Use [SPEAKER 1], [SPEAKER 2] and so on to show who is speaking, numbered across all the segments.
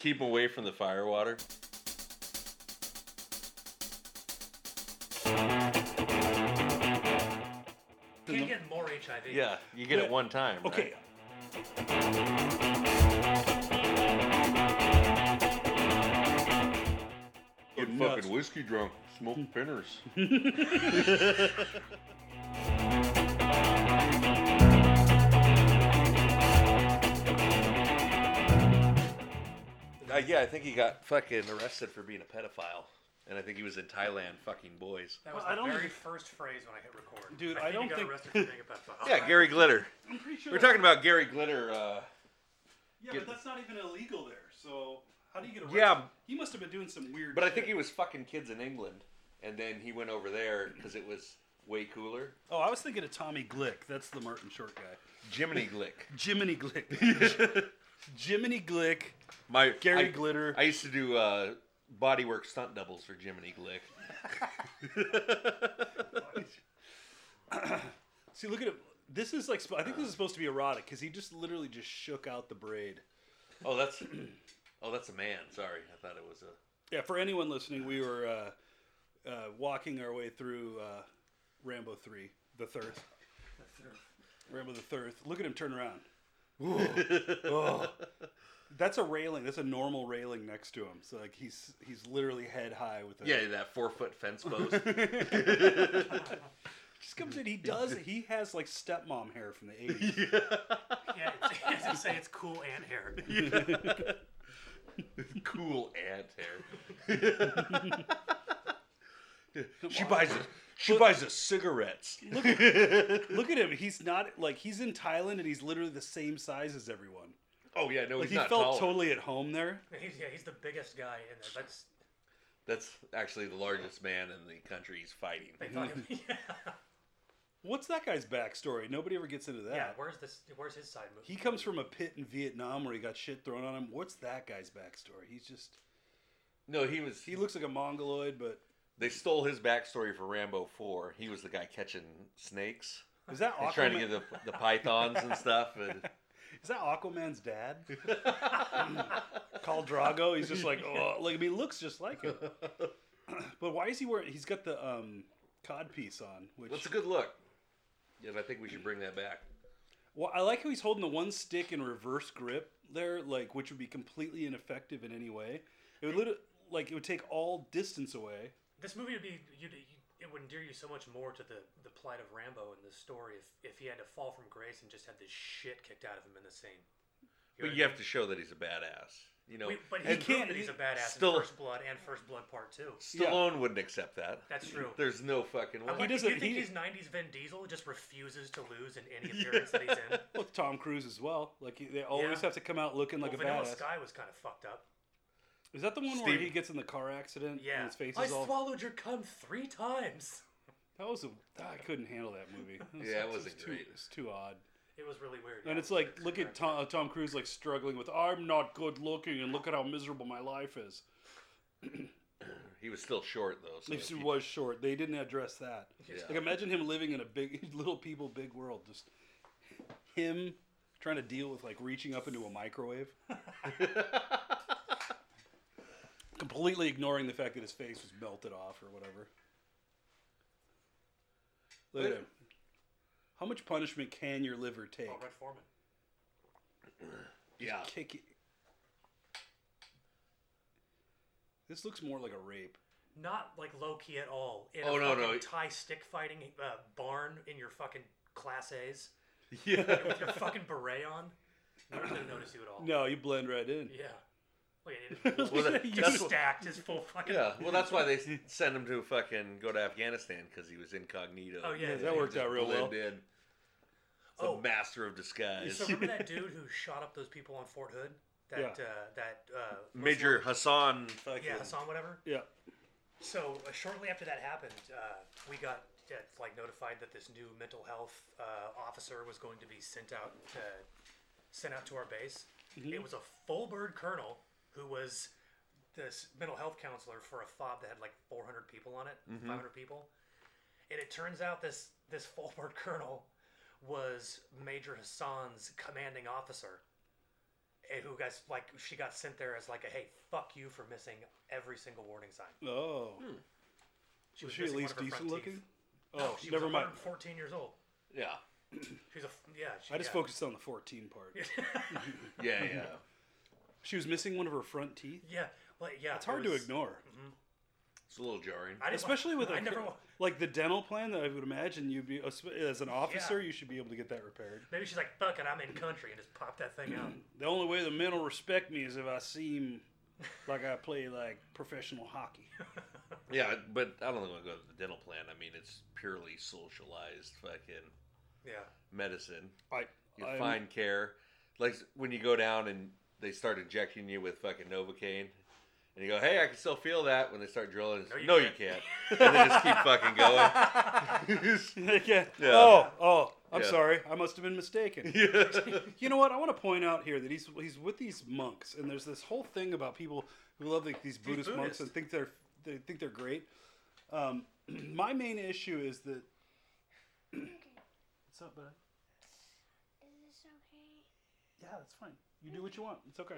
[SPEAKER 1] Keep away from the fire water.
[SPEAKER 2] Can't get more HIV.
[SPEAKER 1] Yeah, you get it
[SPEAKER 2] Yeah.
[SPEAKER 1] one time. right?
[SPEAKER 2] Okay.
[SPEAKER 1] Get
[SPEAKER 2] Oh, Nuts.
[SPEAKER 1] fucking whiskey drunk, smoke pinners. Uh, yeah, I think he got fucking arrested for being a pedophile, and I think he was in Thailand fucking boys.
[SPEAKER 3] That was
[SPEAKER 2] Well, I
[SPEAKER 3] the
[SPEAKER 2] don't
[SPEAKER 3] very
[SPEAKER 2] even-
[SPEAKER 3] first phrase when I hit record.
[SPEAKER 2] Dude,
[SPEAKER 3] I
[SPEAKER 2] I
[SPEAKER 3] think
[SPEAKER 2] don't
[SPEAKER 3] he got
[SPEAKER 2] think-
[SPEAKER 3] arrested for being a pedophile.
[SPEAKER 1] Yeah, Gary Glitter.
[SPEAKER 2] I'm pretty sure.
[SPEAKER 1] We are talking about Gary Glitter. Uh,
[SPEAKER 2] Yeah,
[SPEAKER 1] Get-
[SPEAKER 2] but that's not even illegal there. So how do you get arrested?
[SPEAKER 1] Yeah.
[SPEAKER 2] He must have been doing some weird.
[SPEAKER 1] But I think
[SPEAKER 2] shit.
[SPEAKER 1] he was fucking kids in England, and then he went over there because it was way cooler.
[SPEAKER 2] Oh, I was thinking of Tommy Glick. That's the Martin Short guy.
[SPEAKER 1] Jiminy Glick.
[SPEAKER 2] Jiminy Glick. Jiminy Glick.
[SPEAKER 1] My
[SPEAKER 2] Gary
[SPEAKER 1] I,
[SPEAKER 2] Glitter.
[SPEAKER 1] I used to do uh, bodywork stunt doubles for Jiminy Glick.
[SPEAKER 2] See, look at him. This is like. sp- I think this is supposed to be erotic because he just literally just shook out the braid.
[SPEAKER 1] Oh, that's oh, that's a man. Sorry, I thought it was a.
[SPEAKER 2] Yeah, for anyone listening, we were uh, uh, walking our way through uh, Rambo three, the third. Rambo the third. Look at him turn around. Ooh. Oh. That's a railing. That's a normal railing next to him. So like he's he's literally head high with a
[SPEAKER 1] Yeah, that four foot fence post.
[SPEAKER 2] Just comes in. He does. He has like stepmom hair from the eighties.
[SPEAKER 3] Yeah, it's, as I say, it's cool and hair.
[SPEAKER 1] cool ant hair. she buys a, she buys us cigarettes.
[SPEAKER 2] Look, look at him. He's not like he's in Thailand and he's literally the same size as everyone.
[SPEAKER 1] Oh yeah, no,
[SPEAKER 2] Like
[SPEAKER 1] he's
[SPEAKER 2] he
[SPEAKER 1] not
[SPEAKER 2] felt
[SPEAKER 1] taller.
[SPEAKER 2] totally at home there.
[SPEAKER 3] He's, yeah, he's the biggest guy in there. That's
[SPEAKER 1] That's actually the largest man in the country he's fighting.
[SPEAKER 3] they thought. He, yeah.
[SPEAKER 2] What's that guy's backstory? Nobody ever gets into that.
[SPEAKER 3] yeah, where's this? Where's his side movie?
[SPEAKER 2] He comes from a pit in Vietnam where he got shit thrown on him. What's that guy's backstory? He's just
[SPEAKER 1] No, he was.
[SPEAKER 2] he looks like a mongoloid, but
[SPEAKER 1] They stole his backstory for Rambo Four. He was the guy catching snakes.
[SPEAKER 2] is that
[SPEAKER 1] He's
[SPEAKER 2] Aquaman,
[SPEAKER 1] trying to get the, the pythons and stuff. And
[SPEAKER 2] is that Aquaman's dad? Call Drago. He's just like oh, like I mean, looks just like him. But why is he wearing? He's got the um cod piece on, which
[SPEAKER 1] that's a good look. Yeah, I think we should bring that back.
[SPEAKER 2] well, I like how he's holding the one stick in reverse grip there, like which would be completely ineffective in any way. It would literally like it would take all distance away.
[SPEAKER 3] This movie would be you'd, you it would endear you so much more to the the plight of Rambo in this story if if he had to fall from grace and just had the shit kicked out of him in the scene.
[SPEAKER 1] But you have to show that he's a badass. You know,
[SPEAKER 3] We, but he
[SPEAKER 1] and
[SPEAKER 3] can't.
[SPEAKER 2] can't-
[SPEAKER 3] That he's a badass
[SPEAKER 1] still-
[SPEAKER 3] in First Blood and First Blood Part Two.
[SPEAKER 1] Stallone wouldn't accept that.
[SPEAKER 3] That's true.
[SPEAKER 1] There's no fucking way.
[SPEAKER 3] I'm like, do
[SPEAKER 2] He doesn't-
[SPEAKER 3] you think
[SPEAKER 2] he-
[SPEAKER 3] he's '90s Vin Diesel just refuses to lose in any appearance that he's in?
[SPEAKER 2] With Tom Cruise as well, like they always
[SPEAKER 3] Yeah.
[SPEAKER 2] have to come out looking like
[SPEAKER 3] well,
[SPEAKER 2] a
[SPEAKER 3] Vanilla
[SPEAKER 2] badass.
[SPEAKER 3] Sky was kind of fucked up.
[SPEAKER 2] Is that the one where
[SPEAKER 1] Steve-
[SPEAKER 2] he gets in the car accident
[SPEAKER 3] Yeah,
[SPEAKER 2] and his face
[SPEAKER 3] I
[SPEAKER 2] is all?
[SPEAKER 3] swallowed your cum three times.
[SPEAKER 2] that was a, I couldn't handle that movie. It was-
[SPEAKER 1] Yeah, it
[SPEAKER 2] it's
[SPEAKER 1] wasn't
[SPEAKER 2] just
[SPEAKER 1] great.
[SPEAKER 2] Too, it's too odd.
[SPEAKER 3] It was really weird.
[SPEAKER 2] And
[SPEAKER 3] yeah.
[SPEAKER 2] it's like, look at Tom, uh, Tom Cruise like struggling with, I'm not good looking, and look at how miserable my life is.
[SPEAKER 1] he was still short though. So
[SPEAKER 2] If
[SPEAKER 1] if
[SPEAKER 2] she
[SPEAKER 1] you-
[SPEAKER 2] was short, they didn't address that.
[SPEAKER 1] Yeah.
[SPEAKER 2] Like imagine him living in a big little people, big world. Just him trying to deal with like reaching up into a microwave. Completely ignoring the fact that his face was melted off or whatever. Look at
[SPEAKER 1] Wait.
[SPEAKER 2] him. How much punishment can your liver take?
[SPEAKER 3] Oh, Red Foreman.
[SPEAKER 1] yeah,
[SPEAKER 2] Kick it. This looks more like a rape.
[SPEAKER 3] Not like low key at all. In
[SPEAKER 1] Oh,
[SPEAKER 3] a
[SPEAKER 1] no,
[SPEAKER 3] fucking
[SPEAKER 1] no.
[SPEAKER 3] Thai stick fighting uh, barn in your fucking class A's
[SPEAKER 1] yeah.
[SPEAKER 3] with your fucking beret on. No one's gonna notice you at all.
[SPEAKER 2] No, you blend right in.
[SPEAKER 3] Yeah. Look at it.
[SPEAKER 1] Well, that-
[SPEAKER 3] Just
[SPEAKER 1] that's what-
[SPEAKER 3] stacked his full fucking.
[SPEAKER 1] Yeah, well, that's why they sent him to fucking go to Afghanistan because he was incognito.
[SPEAKER 3] Oh, yeah, Yeah,
[SPEAKER 2] that
[SPEAKER 1] He
[SPEAKER 2] worked
[SPEAKER 1] just
[SPEAKER 2] out real well.
[SPEAKER 1] blend in. He's
[SPEAKER 3] Oh.
[SPEAKER 1] a master of disguise.
[SPEAKER 3] So remember that dude who shot up those people on Fort Hood? That
[SPEAKER 2] Yeah.
[SPEAKER 3] uh, that uh,
[SPEAKER 1] Major Hassan.
[SPEAKER 2] Fuck
[SPEAKER 3] Yeah, Hassan, whatever.
[SPEAKER 2] Yeah.
[SPEAKER 3] So uh, shortly after that happened, uh, we got uh, like notified that this new mental health uh, officer was going to be sent out to, sent out to our base. It was a full bird colonel who was this mental health counselor for a fob that had like 400 people on it, 500 people, and it turns out this this full bird colonel was Major Hassan's commanding officer, and eh, who guys like she got sent there as like a hey fuck you for missing every single warning sign.
[SPEAKER 2] Oh, was she at
[SPEAKER 3] missing one
[SPEAKER 2] least
[SPEAKER 3] of her front
[SPEAKER 2] decent looking?
[SPEAKER 3] teeth.
[SPEAKER 2] Oh,
[SPEAKER 3] No, she
[SPEAKER 2] never
[SPEAKER 3] was
[SPEAKER 2] mind.
[SPEAKER 3] 114 years old.
[SPEAKER 1] Yeah.
[SPEAKER 3] She's a f- yeah. She,
[SPEAKER 2] I just
[SPEAKER 3] yeah.
[SPEAKER 2] focused on the 14 part.
[SPEAKER 1] Yeah, yeah.
[SPEAKER 2] She was missing one of her front teeth.
[SPEAKER 3] Yeah, well, yeah.
[SPEAKER 2] It's hard to ignore,
[SPEAKER 1] It's a little jarring.
[SPEAKER 3] I didn't wa-
[SPEAKER 2] especially with
[SPEAKER 3] Mm-hmm. I
[SPEAKER 2] a,
[SPEAKER 3] never.
[SPEAKER 2] cr-
[SPEAKER 3] wa-
[SPEAKER 2] like the dental plan that I would imagine you'd be as an officer you should be able to get that repaired.
[SPEAKER 3] Maybe she's like fuck it, I'm in country and just pop that thing out.
[SPEAKER 2] The only way the men will respect me is if I seem like I play like professional hockey.
[SPEAKER 1] Yeah, but I don't want to go to the dental plan. I mean, it's purely socialized fucking
[SPEAKER 3] Yeah,
[SPEAKER 1] medicine.
[SPEAKER 2] I,
[SPEAKER 1] You
[SPEAKER 2] I'm-
[SPEAKER 1] find care. Like when you go down and they start injecting you with fucking Novocaine. And you go, hey, I can still feel that when they start drilling. It's,
[SPEAKER 3] No, you
[SPEAKER 1] no, you can't. and they just keep fucking going.
[SPEAKER 2] yeah.
[SPEAKER 1] Yeah.
[SPEAKER 2] Oh, oh, I'm
[SPEAKER 1] Yeah.
[SPEAKER 2] sorry. I must have been mistaken.
[SPEAKER 1] yeah.
[SPEAKER 2] You know what? I want to point out here that he's he's with these monks, and there's this whole thing about people who love like, these Buddhist, monks
[SPEAKER 3] Buddhist.
[SPEAKER 2] and think they're they think they're great. Um, my main issue is that. What's up, bud?
[SPEAKER 4] Is this okay?
[SPEAKER 2] Yeah, that's fine. You do what you want. It's okay.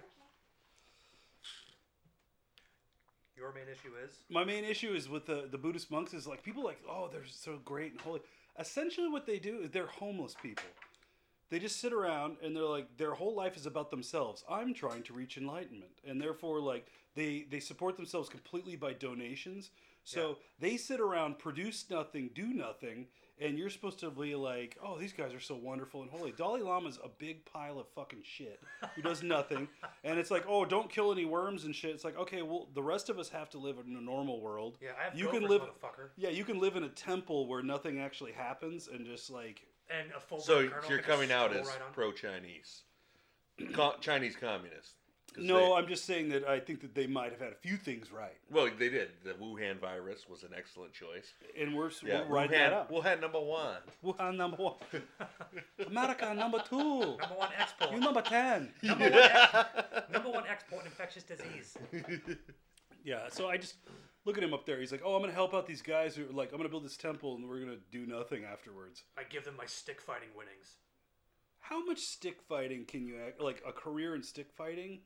[SPEAKER 3] your main issue is
[SPEAKER 2] My main issue is with the the Buddhist monks is like people like oh they're so great and holy. Essentially, what they do is they're homeless people. They just sit around and they're like their whole life is about themselves. I'm trying to reach enlightenment, and therefore like they they support themselves completely by donations. So they sit around, produce nothing, do nothing, and you're supposed to be like, oh, these guys are so wonderful and holy. Dalai Lama's a big pile of fucking shit who does nothing. and it's like, oh, don't kill any worms and shit. It's like, okay, well, the rest of us have to live in a normal world.
[SPEAKER 3] yeah. I have
[SPEAKER 2] you can
[SPEAKER 3] gophers,
[SPEAKER 2] live.
[SPEAKER 3] motherfucker,
[SPEAKER 2] Yeah, you can live in a temple where nothing actually happens and just like
[SPEAKER 3] and a full.
[SPEAKER 1] so
[SPEAKER 3] colonel
[SPEAKER 1] you're
[SPEAKER 3] can just
[SPEAKER 1] coming out
[SPEAKER 3] roll
[SPEAKER 1] as
[SPEAKER 3] right on.
[SPEAKER 1] pro Chinese. Co- Chinese communist. 'Cause
[SPEAKER 2] no,
[SPEAKER 1] they-
[SPEAKER 2] I'm just saying that I think that they might have had a few things right,
[SPEAKER 1] Well, they did. The Wuhan virus was an excellent choice.
[SPEAKER 2] and we're,
[SPEAKER 1] Yeah,
[SPEAKER 2] we're writing that
[SPEAKER 1] Wuhan,
[SPEAKER 2] up.
[SPEAKER 1] Wuhan number one.
[SPEAKER 2] Wuhan number one, America number two,
[SPEAKER 3] number one export.
[SPEAKER 2] you number ten.
[SPEAKER 3] number, one ex- number one export in infectious disease.
[SPEAKER 2] Yeah, so I just look at him up there. He's like, "Oh, I'm gonna help out these guys who are like, I'm gonna build this temple and we're gonna do nothing afterwards."
[SPEAKER 3] I give them my stick fighting winnings.
[SPEAKER 2] How much stick fighting can you act like a career in stick fighting?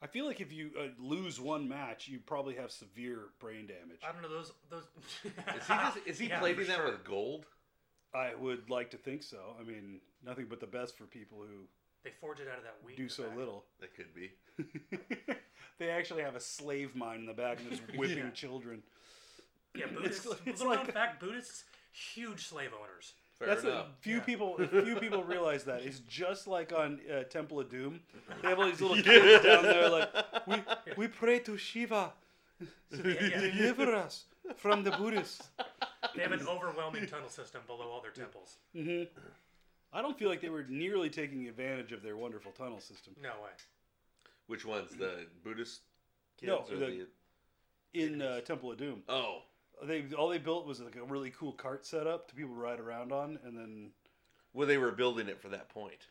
[SPEAKER 2] I feel like if you uh, lose one match, you probably have severe brain damage.
[SPEAKER 3] I don't know those those.
[SPEAKER 1] Is he just, is he
[SPEAKER 3] Yeah,
[SPEAKER 1] plating
[SPEAKER 3] for
[SPEAKER 1] that
[SPEAKER 3] sure.
[SPEAKER 1] with gold?
[SPEAKER 2] I would like to think so. I mean, nothing but the best for people who
[SPEAKER 3] They forge it out of that wheat. in
[SPEAKER 2] do
[SPEAKER 3] the
[SPEAKER 2] so
[SPEAKER 3] back.
[SPEAKER 2] little.
[SPEAKER 1] That could be.
[SPEAKER 2] they actually have a slave mine in the back and just whipping children.
[SPEAKER 3] Yeah, Buddhists.
[SPEAKER 2] like- it's
[SPEAKER 3] little known
[SPEAKER 2] like-
[SPEAKER 3] fact: Buddhists, huge slave owners.
[SPEAKER 1] Fair
[SPEAKER 2] That's
[SPEAKER 1] enough.
[SPEAKER 2] a, few people. Few people realize that it's just like on uh, Temple of Doom. They have all these little kids down there, like we we pray to Shiva, deliver us from the Buddhists.
[SPEAKER 3] They have an overwhelming tunnel system below all their temples.
[SPEAKER 2] I don't feel like they were nearly taking advantage of their wonderful tunnel system.
[SPEAKER 3] No way.
[SPEAKER 1] Which one's the Buddhist kids
[SPEAKER 2] No,
[SPEAKER 1] or
[SPEAKER 2] the-
[SPEAKER 1] the,
[SPEAKER 2] In uh, Temple of Doom,
[SPEAKER 1] Oh.
[SPEAKER 2] they all they built was like a really cool cart setup to people to ride around on, and then
[SPEAKER 1] Well they were building it for that point.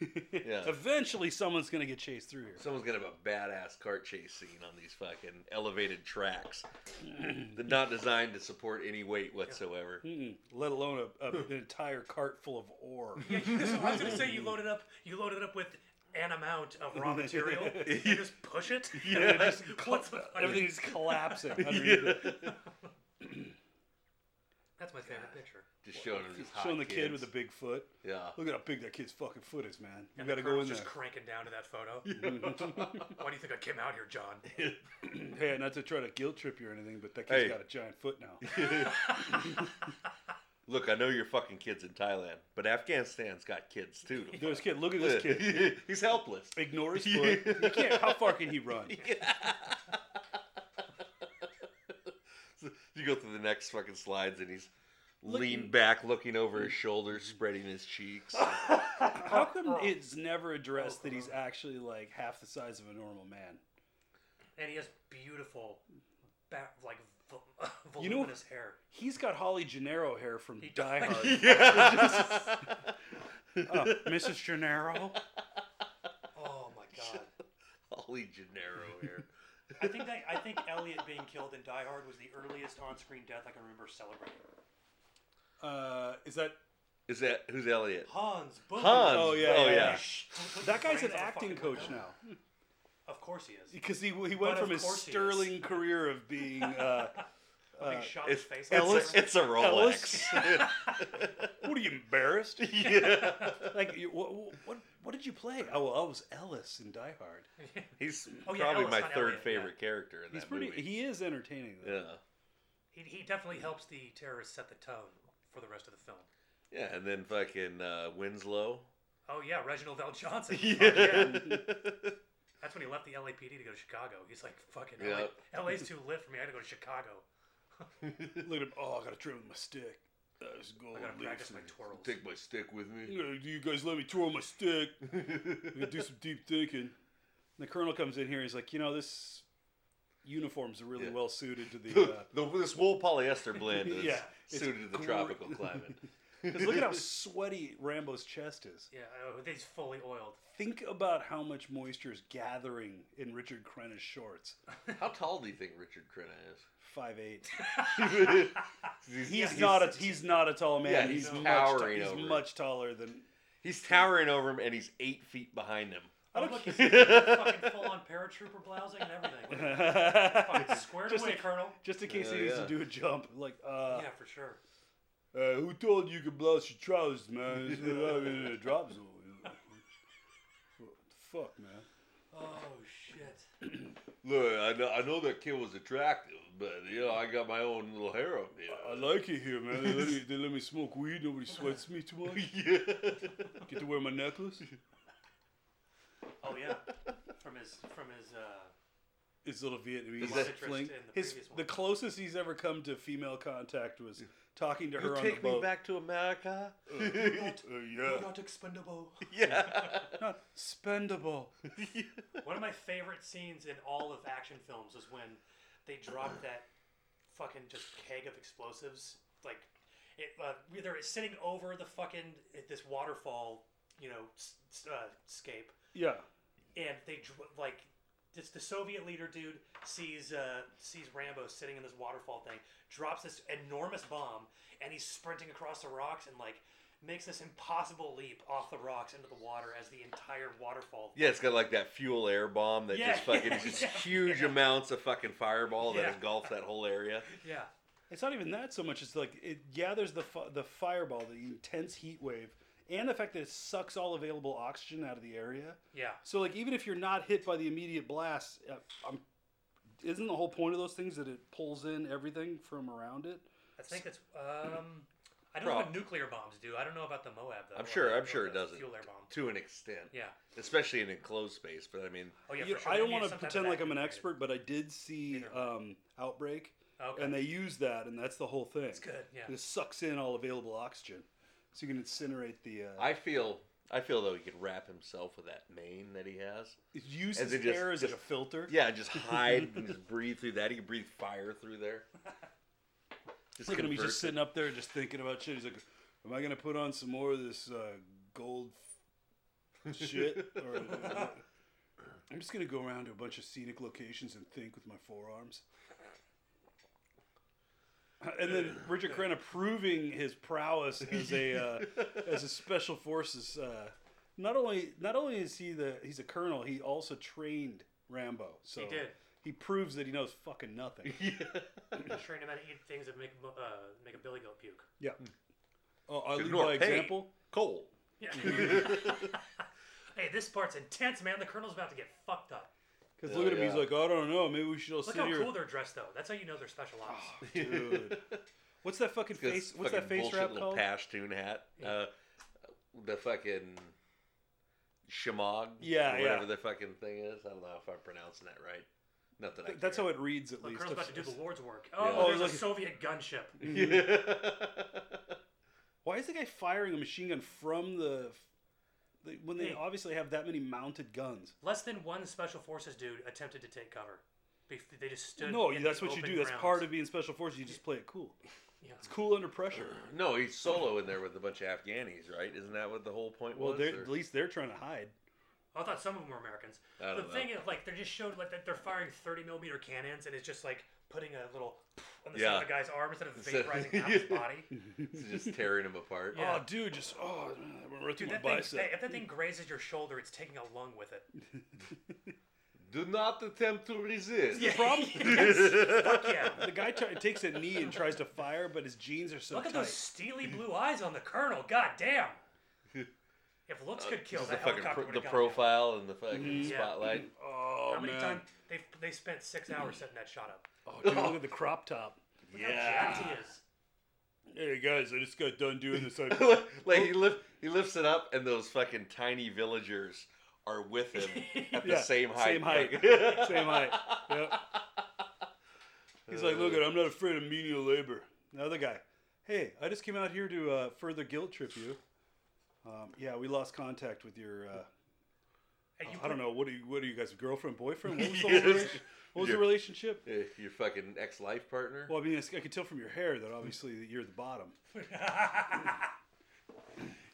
[SPEAKER 1] Yeah.
[SPEAKER 2] eventually someone's gonna get chased through here.
[SPEAKER 1] Someone's gonna have a badass cart chase scene on these fucking elevated tracks. They're not designed to support any weight whatsoever.
[SPEAKER 2] Mm-mm, let alone a, a, an entire cart full of ore.
[SPEAKER 3] Yeah, you- so I was gonna say you loaded up. You loaded up with an amount of raw material. and you just push it.
[SPEAKER 2] Yeah,
[SPEAKER 3] And
[SPEAKER 2] just
[SPEAKER 3] like, what's the-
[SPEAKER 2] Everything's collapsing. Underneath it.
[SPEAKER 3] That's my favorite picture.
[SPEAKER 1] Just showing them just hot
[SPEAKER 2] Showing the
[SPEAKER 1] kids.
[SPEAKER 2] kid with the big foot.
[SPEAKER 1] Yeah.
[SPEAKER 2] Look at how big that kid's fucking foot is, man. You
[SPEAKER 3] And
[SPEAKER 2] gotta
[SPEAKER 3] the
[SPEAKER 2] go
[SPEAKER 3] colonel's
[SPEAKER 2] in there.
[SPEAKER 3] just cranking down to that photo. Why do you think I came out here, John?
[SPEAKER 2] hey, not to try to guilt trip you or anything, but that kid's
[SPEAKER 1] Hey.
[SPEAKER 2] got a giant foot now.
[SPEAKER 1] Look, I know your fucking kids in Thailand, but Afghanistan's got kids too. to
[SPEAKER 2] this kid, look at this
[SPEAKER 1] fuck
[SPEAKER 2] kid.
[SPEAKER 1] with. He's helpless.
[SPEAKER 2] Ignore his foot. He can't. How far can he run?
[SPEAKER 1] You go through the next fucking slides and he's leaned back, looking over his shoulder, spreading his cheeks.
[SPEAKER 2] How come
[SPEAKER 3] Oh.
[SPEAKER 2] it's never addressed that he's actually like half the size of a normal man?
[SPEAKER 3] And he has beautiful, ba- like vo-
[SPEAKER 2] You know-
[SPEAKER 3] voluminous hair.
[SPEAKER 2] He's got Holly Gennaro hair from Die
[SPEAKER 3] does.
[SPEAKER 2] Hard. Oh, Mrs. Gennaro.
[SPEAKER 3] Oh my god.
[SPEAKER 1] Holly Gennaro here.
[SPEAKER 3] I think that, I think Elliot being killed in Die Hard was the earliest on-screen death I can remember celebrating.
[SPEAKER 2] Uh, is that
[SPEAKER 1] Is that who's Elliot?
[SPEAKER 5] Hans. Boom.
[SPEAKER 1] Hans.
[SPEAKER 2] Oh, yeah,
[SPEAKER 1] Oh
[SPEAKER 2] yeah,
[SPEAKER 1] yeah.
[SPEAKER 3] Put- put
[SPEAKER 2] That
[SPEAKER 3] your
[SPEAKER 2] guy's an
[SPEAKER 3] brains on the
[SPEAKER 2] acting
[SPEAKER 3] fucking
[SPEAKER 2] coach
[SPEAKER 3] window.
[SPEAKER 2] now
[SPEAKER 3] Of course he is.
[SPEAKER 2] because he he
[SPEAKER 3] But
[SPEAKER 2] went
[SPEAKER 3] of
[SPEAKER 2] from his
[SPEAKER 3] course he is.
[SPEAKER 2] sterling career of being uh,
[SPEAKER 3] A big shot in
[SPEAKER 1] It's,
[SPEAKER 3] the face.
[SPEAKER 1] it's,
[SPEAKER 3] Ellis.
[SPEAKER 1] a, it's a Rolex.
[SPEAKER 2] what are you embarrassed?
[SPEAKER 1] yeah.
[SPEAKER 2] Like you- what what what did you play? Oh, well, I was Ellis in Die Hard.
[SPEAKER 1] He's
[SPEAKER 3] Oh, yeah,
[SPEAKER 1] probably
[SPEAKER 3] Ellis,
[SPEAKER 1] my
[SPEAKER 3] not
[SPEAKER 1] third
[SPEAKER 3] Elliot, yeah.
[SPEAKER 1] favorite character in
[SPEAKER 2] He's
[SPEAKER 1] that
[SPEAKER 2] pretty.
[SPEAKER 1] movie.
[SPEAKER 2] He is entertaining. Though.
[SPEAKER 1] yeah.
[SPEAKER 3] He, he definitely helps the terrorists set the tone for the rest of the film.
[SPEAKER 1] Yeah, and then fucking uh, Winslow.
[SPEAKER 3] Oh yeah, Reginald Val Johnson. Fuck yeah.
[SPEAKER 1] Yeah.
[SPEAKER 3] That's when he left the LAPD to go to Chicago. He's like, fucking
[SPEAKER 1] Yeah.
[SPEAKER 3] LA, LA's too lit for me. I gotta go to Chicago.
[SPEAKER 2] Look at him. Oh, I gotta trim my stick. That is gold.
[SPEAKER 3] I gotta
[SPEAKER 2] leaf.
[SPEAKER 3] practice my twirls.
[SPEAKER 1] Take my stick with me.
[SPEAKER 2] You know, do you guys let me twirl my stick? I'm gonna do some deep thinking. And the colonel comes in here. He's like, you know, this uniform's really
[SPEAKER 1] Yeah.
[SPEAKER 2] well suited to the. Uh,
[SPEAKER 1] the, this wool polyester blend is
[SPEAKER 2] Yeah, it's
[SPEAKER 1] suited to the
[SPEAKER 2] gr-
[SPEAKER 1] tropical climate.
[SPEAKER 2] Because look at how sweaty Rambo's chest is.
[SPEAKER 3] Yeah, oh, he's fully oiled.
[SPEAKER 2] Think about how much moisture is gathering in Richard Crenna's shorts.
[SPEAKER 1] How tall do you think Richard Crenna is?
[SPEAKER 2] Five eight.
[SPEAKER 1] He's,
[SPEAKER 2] He's not a he's not a tall man.
[SPEAKER 1] Yeah,
[SPEAKER 2] he's
[SPEAKER 1] he's
[SPEAKER 2] much
[SPEAKER 1] towering
[SPEAKER 2] ta-
[SPEAKER 1] over
[SPEAKER 2] he's
[SPEAKER 1] it.
[SPEAKER 2] much taller than.
[SPEAKER 1] he's towering over him, and he's eight feet behind him.
[SPEAKER 3] Oh, look, he's fucking full on paratrooper blousing and everything. Fucking squared
[SPEAKER 2] Just
[SPEAKER 3] away,
[SPEAKER 2] like-
[SPEAKER 3] Colonel.
[SPEAKER 2] Just in case
[SPEAKER 1] Oh,
[SPEAKER 2] he needs
[SPEAKER 1] yeah.
[SPEAKER 2] to do a jump, like uh,
[SPEAKER 3] yeah, for sure.
[SPEAKER 2] Uh, who told you could blouse your trousers, man? It's not like it drops all. What the fuck, man?
[SPEAKER 3] Oh shit.
[SPEAKER 1] Look, I know, I know that kid was attractive, but you know, I got my own little harem
[SPEAKER 2] I like it here, man. They let me, they let me smoke weed. Nobody sweats me too much.
[SPEAKER 1] here.
[SPEAKER 2] Get to wear my necklace.
[SPEAKER 3] Oh yeah. From his from his uh
[SPEAKER 2] His little Vietnamese
[SPEAKER 1] Is that-
[SPEAKER 2] fling.
[SPEAKER 3] Interest in the
[SPEAKER 2] His,
[SPEAKER 3] previous one.
[SPEAKER 2] the closest he's ever come to female contact was talking to her
[SPEAKER 1] you
[SPEAKER 2] on
[SPEAKER 1] take
[SPEAKER 2] the
[SPEAKER 1] me
[SPEAKER 2] boat.
[SPEAKER 1] back to America?
[SPEAKER 2] Uh, yeah.
[SPEAKER 5] Not expendable.
[SPEAKER 1] yeah.
[SPEAKER 2] Not spendable.
[SPEAKER 3] one of my favorite scenes in all of action films was when they dropped that fucking just keg of explosives. Like it, uh, they're sitting over the fucking this waterfall, you know, s- s- uh, scape,
[SPEAKER 2] Yeah.
[SPEAKER 3] and they dr- like this the Soviet leader dude sees uh, sees Rambo sitting in this waterfall thing, drops this enormous bomb, and he's sprinting across the rocks and like makes this impossible leap off the rocks into the water as the entire waterfall.
[SPEAKER 1] Yeah, it's got like that fuel air bomb that
[SPEAKER 3] Yeah,
[SPEAKER 1] just fucking
[SPEAKER 3] yeah,
[SPEAKER 1] just
[SPEAKER 3] yeah,
[SPEAKER 1] huge
[SPEAKER 3] yeah.
[SPEAKER 1] amounts of fucking fireball
[SPEAKER 3] Yeah.
[SPEAKER 1] that engulfs that whole area.
[SPEAKER 3] Yeah.
[SPEAKER 2] It's not even that so much. It's like it gathers the fi- the fireball, the intense heat wave, and the fact that it sucks all available oxygen out of the area.
[SPEAKER 3] Yeah.
[SPEAKER 2] So like even if you're not hit by the immediate blast, uh, i isn't the whole point of those things that it pulls in everything from around it?
[SPEAKER 3] I think it's. Um, I don't know
[SPEAKER 1] Prob-
[SPEAKER 3] what nuclear bombs do. I don't know about the Moab though.
[SPEAKER 1] I'm
[SPEAKER 3] or
[SPEAKER 1] sure-
[SPEAKER 3] the-
[SPEAKER 1] I'm
[SPEAKER 3] or
[SPEAKER 1] sure it
[SPEAKER 3] the
[SPEAKER 1] doesn't.
[SPEAKER 3] Fuel air bomb.
[SPEAKER 1] To an extent.
[SPEAKER 3] Yeah.
[SPEAKER 1] Especially in enclosed space, but I mean
[SPEAKER 3] Oh yeah.
[SPEAKER 2] You-
[SPEAKER 3] For sure.
[SPEAKER 2] I
[SPEAKER 3] They
[SPEAKER 2] don't
[SPEAKER 3] need
[SPEAKER 2] want to
[SPEAKER 3] some type of
[SPEAKER 2] pretend like I'm an
[SPEAKER 3] activator.
[SPEAKER 2] expert, but I did see
[SPEAKER 3] Neither am I.
[SPEAKER 2] um, Outbreak,
[SPEAKER 3] Okay.
[SPEAKER 2] and they use that, and that's the whole thing. It's
[SPEAKER 3] good, yeah.
[SPEAKER 2] It sucks in all available oxygen, so you can incinerate the. Uh,
[SPEAKER 1] I feel I feel though he could wrap himself with that mane that he has.
[SPEAKER 2] it uses
[SPEAKER 1] as it just-
[SPEAKER 2] air as like a
[SPEAKER 1] just-
[SPEAKER 2] filter.
[SPEAKER 1] Yeah, just hide and just breathe through that. He could breathe fire through there. Just
[SPEAKER 2] Look at him. He's
[SPEAKER 1] convert
[SPEAKER 2] just
[SPEAKER 1] it.
[SPEAKER 2] sitting up there, just thinking about shit. He's like, "Am I gonna put on some more of this uh, gold f- shit?" Or, I'm just gonna go around to a bunch of scenic locations and think with my forearms. Uh, And then Richard Crenna proving his prowess as a uh, as a special forces. Uh, not only not only is he the he's a colonel, he also trained Rambo. So
[SPEAKER 3] He did.
[SPEAKER 2] He proves that he knows fucking nothing.
[SPEAKER 3] train him how to eat things that make mo- uh, make a billy goat puke.
[SPEAKER 2] Yeah. Oh, I lead
[SPEAKER 1] Ignore
[SPEAKER 2] by
[SPEAKER 1] pain.
[SPEAKER 2] example.
[SPEAKER 1] Coal.
[SPEAKER 3] Yeah. hey, this part's intense, man. The colonel's about to get fucked up.
[SPEAKER 2] Because
[SPEAKER 1] Hell
[SPEAKER 2] look at him,
[SPEAKER 1] yeah.
[SPEAKER 2] he's like, I don't know, maybe we should all
[SPEAKER 3] Oh, Look
[SPEAKER 2] sit
[SPEAKER 3] how
[SPEAKER 2] here.
[SPEAKER 3] cool they're dressed though. That's how you know they're special
[SPEAKER 2] Oh,
[SPEAKER 3] ops.
[SPEAKER 2] Dude. What's that fucking
[SPEAKER 1] Got
[SPEAKER 2] face?
[SPEAKER 1] this
[SPEAKER 2] What's that
[SPEAKER 1] fucking
[SPEAKER 2] face
[SPEAKER 1] bullshit
[SPEAKER 2] wrap
[SPEAKER 1] little
[SPEAKER 2] called?
[SPEAKER 1] Pashtun hat. Uh, the fucking shamog.
[SPEAKER 2] Yeah,
[SPEAKER 1] or
[SPEAKER 2] yeah.
[SPEAKER 1] Whatever the fucking thing is. I don't know if I'm pronouncing that right. Not that I.
[SPEAKER 2] That's how it reads, at
[SPEAKER 3] the
[SPEAKER 2] least.
[SPEAKER 3] colonel's about to do
[SPEAKER 2] It's-
[SPEAKER 3] the Lord's work.
[SPEAKER 1] Yeah.
[SPEAKER 3] Oh,
[SPEAKER 2] Oh,
[SPEAKER 3] there's
[SPEAKER 2] look
[SPEAKER 3] a
[SPEAKER 2] at-
[SPEAKER 3] Soviet gunship.
[SPEAKER 2] Why is the guy firing a machine gun from the. the when they
[SPEAKER 3] Hey.
[SPEAKER 2] obviously have that many mounted guns?
[SPEAKER 3] Less than one special forces dude attempted to take cover. Bef- They just stood.
[SPEAKER 2] no,
[SPEAKER 3] in
[SPEAKER 2] that's
[SPEAKER 3] the
[SPEAKER 2] what you
[SPEAKER 3] open
[SPEAKER 2] do. That's
[SPEAKER 3] grounds.
[SPEAKER 2] part of being special forces. You just play it cool.
[SPEAKER 3] Yeah.
[SPEAKER 2] It's cool under pressure.
[SPEAKER 1] no, he's solo in there with a bunch of Afghanis, right? Isn't that what the whole point
[SPEAKER 2] Well,
[SPEAKER 1] was?
[SPEAKER 2] they're,
[SPEAKER 1] or-
[SPEAKER 2] at least they're trying to hide.
[SPEAKER 3] I thought some of them were Americans.
[SPEAKER 1] I
[SPEAKER 3] the
[SPEAKER 1] don't know.
[SPEAKER 3] thing is, like, they just showed like that they're firing 30 millimeter cannons, and it's just like putting a little on the
[SPEAKER 1] Yeah.
[SPEAKER 3] side of the guy's arm instead of
[SPEAKER 1] Instead-
[SPEAKER 3] vaporizing half his body.
[SPEAKER 1] It's just tearing them apart.
[SPEAKER 3] Yeah.
[SPEAKER 2] Oh, dude, just oh, I'm
[SPEAKER 3] Dude,
[SPEAKER 2] ripping my
[SPEAKER 3] that thing,
[SPEAKER 2] bicep.
[SPEAKER 3] if that thing grazes your shoulder, it's taking a lung with it.
[SPEAKER 1] Do not attempt to resist.
[SPEAKER 3] Yeah.
[SPEAKER 2] problem-
[SPEAKER 3] Yes. Fuck yeah.
[SPEAKER 2] The guy try, takes a knee and tries to fire, but his jeans are so
[SPEAKER 3] Look
[SPEAKER 2] tight.
[SPEAKER 3] at those steely blue eyes on the colonel. God damn. If looks could kill,
[SPEAKER 1] Just
[SPEAKER 3] that
[SPEAKER 1] the fucking
[SPEAKER 3] helicopter
[SPEAKER 1] pro-
[SPEAKER 3] would
[SPEAKER 1] the
[SPEAKER 3] have
[SPEAKER 1] profile and the fucking
[SPEAKER 3] Yeah.
[SPEAKER 1] spotlight.
[SPEAKER 2] Oh
[SPEAKER 3] How many
[SPEAKER 2] man.
[SPEAKER 3] times they they spent six hours
[SPEAKER 1] Mm.
[SPEAKER 3] setting that shot up?
[SPEAKER 2] Oh, dude, look at the crop top.
[SPEAKER 3] Look how jacked he is.
[SPEAKER 2] Hey guys, I just got done doing this. I-
[SPEAKER 1] like he lift, he lifts it up, and those fucking tiny villagers are with him at the
[SPEAKER 2] Yeah,
[SPEAKER 1] same height.
[SPEAKER 2] Same height. same height. Yep. He's like, look, I'm not afraid of menial labor. Another guy. Hey, I just came out here to uh, further guilt trip you. Um, yeah, we lost contact with your. Uh,
[SPEAKER 3] And you
[SPEAKER 2] Oh, I
[SPEAKER 3] put-
[SPEAKER 2] don't know. What are you? What are you guys? Girlfriend, boyfriend? What was the,
[SPEAKER 1] Yes.
[SPEAKER 2] whole relation- what was the
[SPEAKER 1] Yeah.
[SPEAKER 2] relationship?
[SPEAKER 1] Eh, your fucking ex life partner.
[SPEAKER 2] Well, I mean, it's- I could tell from your hair that obviously that you're the bottom.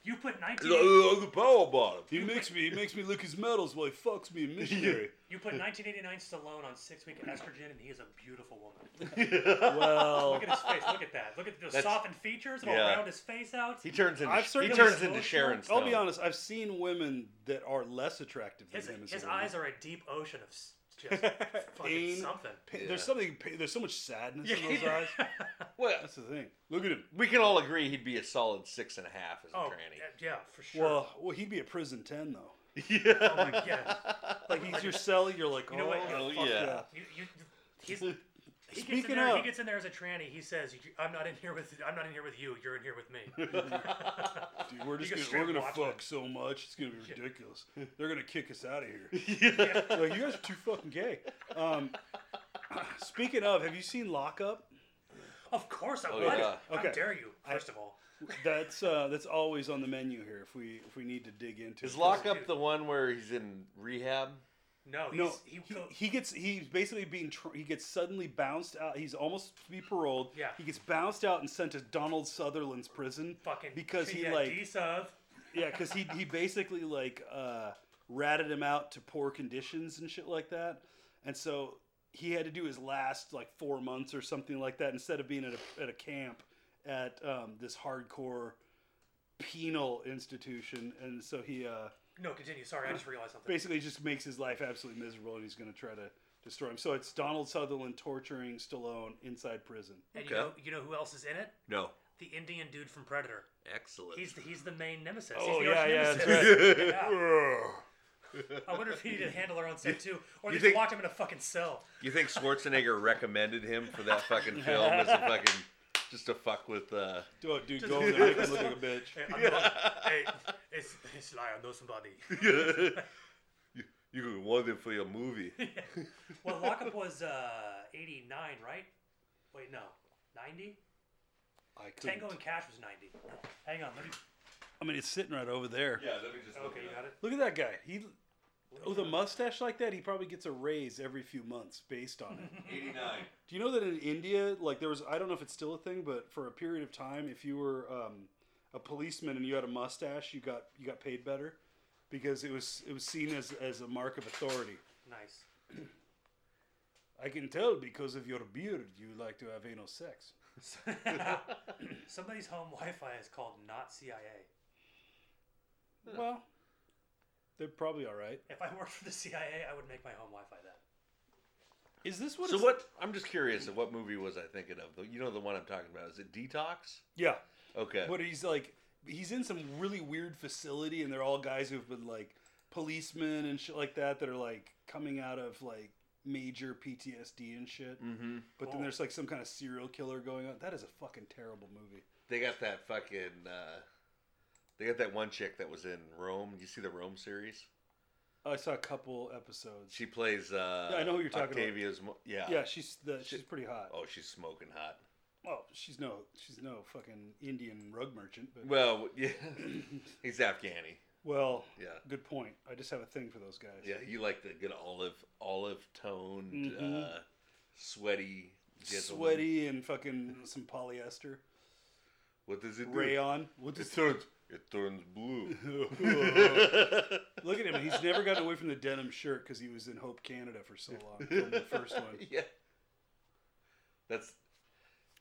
[SPEAKER 3] you put 19.
[SPEAKER 1] Look at the power bottom.
[SPEAKER 2] He makes me. He makes me lick his medals while he fucks me a missionary.
[SPEAKER 3] You put 1989 Stallone on six week estrogen, and he is a beautiful woman.
[SPEAKER 2] Well,
[SPEAKER 3] Look at his face. Look at that. Look at the
[SPEAKER 1] That's-
[SPEAKER 3] softened features. All
[SPEAKER 1] Yeah.
[SPEAKER 3] round his face out.
[SPEAKER 1] He turns into
[SPEAKER 2] I've
[SPEAKER 1] he
[SPEAKER 2] certainly
[SPEAKER 1] turns into
[SPEAKER 2] emotional-
[SPEAKER 1] Sharon Stone.
[SPEAKER 2] I'll be honest. I've seen women that are less attractive than
[SPEAKER 3] His,
[SPEAKER 2] him. as a
[SPEAKER 3] his
[SPEAKER 2] woman.
[SPEAKER 3] eyes are a deep ocean of s- just fucking
[SPEAKER 2] Pain.
[SPEAKER 3] something.
[SPEAKER 2] Pa-
[SPEAKER 1] Yeah.
[SPEAKER 2] There's something. pa- There's so much sadness in
[SPEAKER 3] Yeah.
[SPEAKER 2] those eyes.
[SPEAKER 1] Well,
[SPEAKER 2] That's the thing. Look at him.
[SPEAKER 1] we can all agree he'd be a solid six and a half as a
[SPEAKER 3] Oh,
[SPEAKER 1] tranny.
[SPEAKER 3] yeah, yeah, for sure.
[SPEAKER 2] Well, well, he'd be a prison ten though.
[SPEAKER 3] oh my god.
[SPEAKER 2] Like he's your cell. You're like,
[SPEAKER 3] know
[SPEAKER 2] oh,
[SPEAKER 3] what?
[SPEAKER 1] Oh,
[SPEAKER 2] fuck
[SPEAKER 1] yeah.
[SPEAKER 3] You, you, he's, he gets in
[SPEAKER 2] Speaking
[SPEAKER 3] there. He
[SPEAKER 2] of-
[SPEAKER 3] gets in there as a tranny. He says, "You- "I'm not in here with. I'm not in here with you. You're in here with me."
[SPEAKER 2] Dude, we're just
[SPEAKER 3] You go
[SPEAKER 2] gonna,
[SPEAKER 3] straight
[SPEAKER 2] we're gonna
[SPEAKER 3] Watchmen.
[SPEAKER 2] fuck so much. It's gonna be ridiculous. They're gonna kick us out of here.
[SPEAKER 1] Yeah.
[SPEAKER 2] like, you guys are too fucking gay. Um, speaking of, have you seen Lock Up?
[SPEAKER 3] of course I
[SPEAKER 1] Oh,
[SPEAKER 3] would.
[SPEAKER 1] yeah.
[SPEAKER 3] How
[SPEAKER 2] Okay.
[SPEAKER 3] dare you?
[SPEAKER 2] I-
[SPEAKER 3] First of all,
[SPEAKER 2] That's uh, that's always on the menu here. If we if we need to dig into
[SPEAKER 1] Is
[SPEAKER 2] it.
[SPEAKER 1] Lock Up the one where he's in rehab?
[SPEAKER 3] no. He's,
[SPEAKER 2] No,
[SPEAKER 3] he,
[SPEAKER 2] he,
[SPEAKER 3] go-
[SPEAKER 2] he gets he's basically being tr- he gets suddenly bounced out. He's almost to be paroled.
[SPEAKER 3] Yeah.
[SPEAKER 2] he gets bounced out and sent to Donald Sutherland's prison.
[SPEAKER 3] fucking
[SPEAKER 2] because he
[SPEAKER 3] yeah,
[SPEAKER 2] like
[SPEAKER 3] D-sub.
[SPEAKER 2] yeah, because he he basically like uh, ratted him out to poor conditions and shit like that, and so he had to do his last like four months or something like that instead of being at a at a camp at um, this hardcore penal institution, and so he uh,
[SPEAKER 3] No, continue. Sorry, I just realized something.
[SPEAKER 2] basically just makes his life absolutely miserable, and he's going to try to destroy him. So it's Donald Sutherland torturing Stallone inside prison.
[SPEAKER 3] And
[SPEAKER 1] Okay.
[SPEAKER 3] you know, you know who else is in it?
[SPEAKER 1] No.
[SPEAKER 3] The Indian dude from Predator.
[SPEAKER 1] Excellent.
[SPEAKER 3] He's the, he's the main nemesis.
[SPEAKER 2] Oh,
[SPEAKER 3] he's the arch
[SPEAKER 2] yeah, yeah,
[SPEAKER 3] nemesis. Yeah. I wonder if he needed a handler on set too, or they
[SPEAKER 1] you
[SPEAKER 3] just
[SPEAKER 1] think-
[SPEAKER 3] locked him in a fucking cell.
[SPEAKER 1] You think Schwarzenegger recommended him for that fucking film as a fucking just to fuck with uh
[SPEAKER 2] Oh, dude, go in there, make him look like a bitch.
[SPEAKER 3] Hey, I know, hey, it's, it's like I know somebody.
[SPEAKER 1] you, you could want him for your movie.
[SPEAKER 3] Well, lockup was uh, 89, right? Wait, no. 90?
[SPEAKER 2] I couldn't.
[SPEAKER 3] Tango and Cash was 90. Hang on, let me.
[SPEAKER 2] I mean, it's sitting right over there.
[SPEAKER 1] Yeah, let me just
[SPEAKER 3] Okay, you got it?
[SPEAKER 2] Look at that guy. He with a mustache like that, he probably gets a raise every few months based on it.
[SPEAKER 1] Eighty nine.
[SPEAKER 2] Do you know that in India, like there was, I don't know if it's still a thing, but for a period of time, if you were um, a policeman and you had a mustache, you got you got paid better because it was it was seen as as a mark of authority.
[SPEAKER 3] Nice.
[SPEAKER 2] I can tell because of your beard, you like to have anal sex.
[SPEAKER 3] Somebody's home Wi Fi is called not CIA.
[SPEAKER 2] Well, they're probably all right.
[SPEAKER 3] If I worked for the CIA, I would make my home Wi Fi that.
[SPEAKER 2] Is this what?
[SPEAKER 1] So
[SPEAKER 2] it's-
[SPEAKER 1] what? I'm just curious. Of what movie was I thinking of? You know the one I'm talking about. Is it Detox?
[SPEAKER 2] Yeah.
[SPEAKER 1] Okay.
[SPEAKER 2] But he's like, he's in some really weird facility, and they're all guys who've been like policemen and shit like that that are like coming out of like major PTSD and shit.
[SPEAKER 1] Mm-hmm.
[SPEAKER 2] But
[SPEAKER 3] Oh.
[SPEAKER 2] then there's like some kind of serial killer going on. That is a fucking terrible movie.
[SPEAKER 1] They got that fucking. Uh, they got that one chick that was in Rome. You see the Rome series?
[SPEAKER 2] I saw a couple episodes.
[SPEAKER 1] She plays. Uh,
[SPEAKER 2] Yeah, I know who you're talking about.
[SPEAKER 1] Octavia's mo- yeah.
[SPEAKER 2] Yeah, she's the
[SPEAKER 1] She-
[SPEAKER 2] she's pretty hot.
[SPEAKER 1] Oh, she's smoking hot.
[SPEAKER 2] Well, she's no she's no fucking Indian rug merchant. But,
[SPEAKER 1] Well, yeah. He's Afghani.
[SPEAKER 2] well,
[SPEAKER 1] Yeah.
[SPEAKER 2] good point. I just have a thing for those guys.
[SPEAKER 1] Yeah, you like the good olive olive toned,
[SPEAKER 2] Mhm.
[SPEAKER 1] uh, sweaty, gentleman.
[SPEAKER 2] Sweaty and fucking some polyester,
[SPEAKER 1] What does it do?
[SPEAKER 2] rayon. What
[SPEAKER 1] It
[SPEAKER 2] does
[SPEAKER 1] turns It turns blue.
[SPEAKER 2] Look at him. He's never gotten away from the denim shirt because he was in Hope Canada for so long from the first one.
[SPEAKER 1] yeah. That's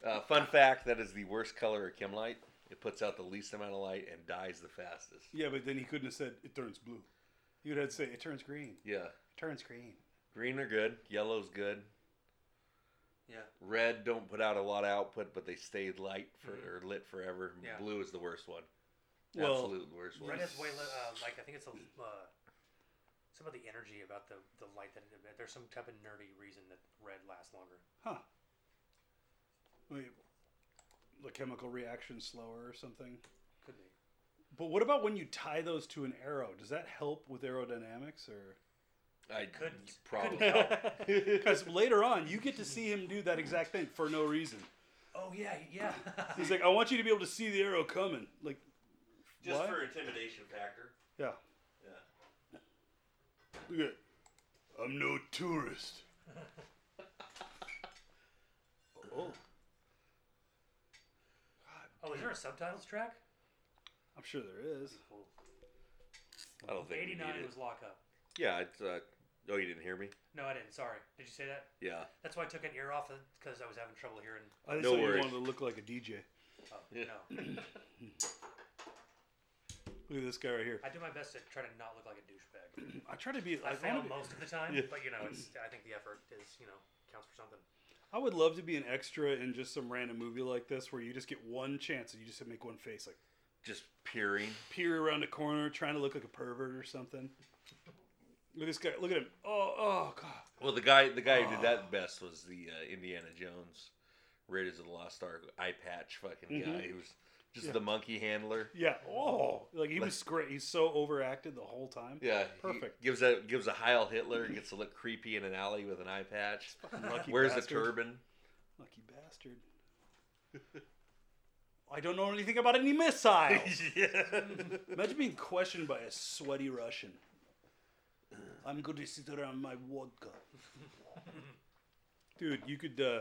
[SPEAKER 1] uh, fun fact. That is the worst color of chemlite. It puts out the least amount of light and dies the fastest.
[SPEAKER 2] Yeah, but then he couldn't have said it turns blue. He would have to say it turns green.
[SPEAKER 1] Yeah.
[SPEAKER 2] It turns green.
[SPEAKER 1] Green are good. Yellow's good.
[SPEAKER 3] Yeah.
[SPEAKER 1] Red don't put out a lot of output, but they stay light for
[SPEAKER 3] Mhm.
[SPEAKER 1] or lit forever.
[SPEAKER 3] Yeah.
[SPEAKER 1] Blue is the worst one.
[SPEAKER 2] Well,
[SPEAKER 1] Absolute worst one.
[SPEAKER 3] Red is way li- uh, like I think it's a, uh, some of the energy about the the light that it, there's some type of nerdy reason that red lasts longer.
[SPEAKER 2] Huh. Wait, the chemical reaction slower or something.
[SPEAKER 3] Could be.
[SPEAKER 2] But what about when you tie those to an arrow? Does that help with aerodynamics or?
[SPEAKER 1] I
[SPEAKER 3] Couldn't-
[SPEAKER 1] probably.
[SPEAKER 3] couldn't
[SPEAKER 2] Because later on, you get to see him do that exact thing for no reason.
[SPEAKER 3] Oh yeah, yeah.
[SPEAKER 2] He's like, I want you to be able to see the arrow coming. Like,
[SPEAKER 1] Just
[SPEAKER 2] What?
[SPEAKER 1] for intimidation factor.
[SPEAKER 2] yeah.
[SPEAKER 1] Yeah.
[SPEAKER 2] Look at it. I'm no tourist. oh.
[SPEAKER 3] oh, is there a subtitles track?
[SPEAKER 2] I'm sure there is.
[SPEAKER 3] Cool.
[SPEAKER 1] I don't think we
[SPEAKER 3] Eighty
[SPEAKER 1] need
[SPEAKER 3] nine
[SPEAKER 1] it.
[SPEAKER 3] was lock up.
[SPEAKER 1] Yeah. It's, uh, oh, you didn't hear me?
[SPEAKER 3] No, I didn't. Sorry. Did you say that?
[SPEAKER 1] Yeah.
[SPEAKER 3] That's why I took an ear off because I was having trouble hearing.
[SPEAKER 2] I just
[SPEAKER 1] No
[SPEAKER 2] thought you
[SPEAKER 1] worries.
[SPEAKER 2] wanted to look like a DJ.
[SPEAKER 3] Oh
[SPEAKER 1] Yeah.
[SPEAKER 3] no,
[SPEAKER 2] Look at this guy right here.
[SPEAKER 3] I do my best to try to not look like a douchebag.
[SPEAKER 2] I try to be. I,
[SPEAKER 3] I fail
[SPEAKER 2] wanna be-
[SPEAKER 3] most of the time,
[SPEAKER 1] Yeah.
[SPEAKER 3] but you know, it's. I think the effort is, you know, counts for something.
[SPEAKER 2] I would love to be an extra in just some random movie like this where you just get one chance and you just make one face, like
[SPEAKER 1] Just peering.
[SPEAKER 2] peer around a corner trying to look like a pervert or something. Look at this guy. Look at him. Oh, oh, God.
[SPEAKER 1] Well, the guy the guy who did that best was the uh, Indiana Jones Raiders of the Lost Ark eye patch fucking guy. He was just
[SPEAKER 2] Mm-hmm. Yeah.
[SPEAKER 1] the monkey handler.
[SPEAKER 2] Yeah. Oh, like he
[SPEAKER 1] Like-
[SPEAKER 2] was great. He's so overacted the whole time.
[SPEAKER 1] Yeah, he
[SPEAKER 2] Perfect.
[SPEAKER 1] Gives a gives a Heil Hitler. Gets to look creepy in an alley with an eye patch.
[SPEAKER 2] Lucky
[SPEAKER 1] Wears a
[SPEAKER 2] bastard.
[SPEAKER 1] turban.
[SPEAKER 2] Lucky bastard. I don't know anything about any missiles. Imagine being questioned by a sweaty Russian. I'm going to sit around my vodka. Dude, you could uh,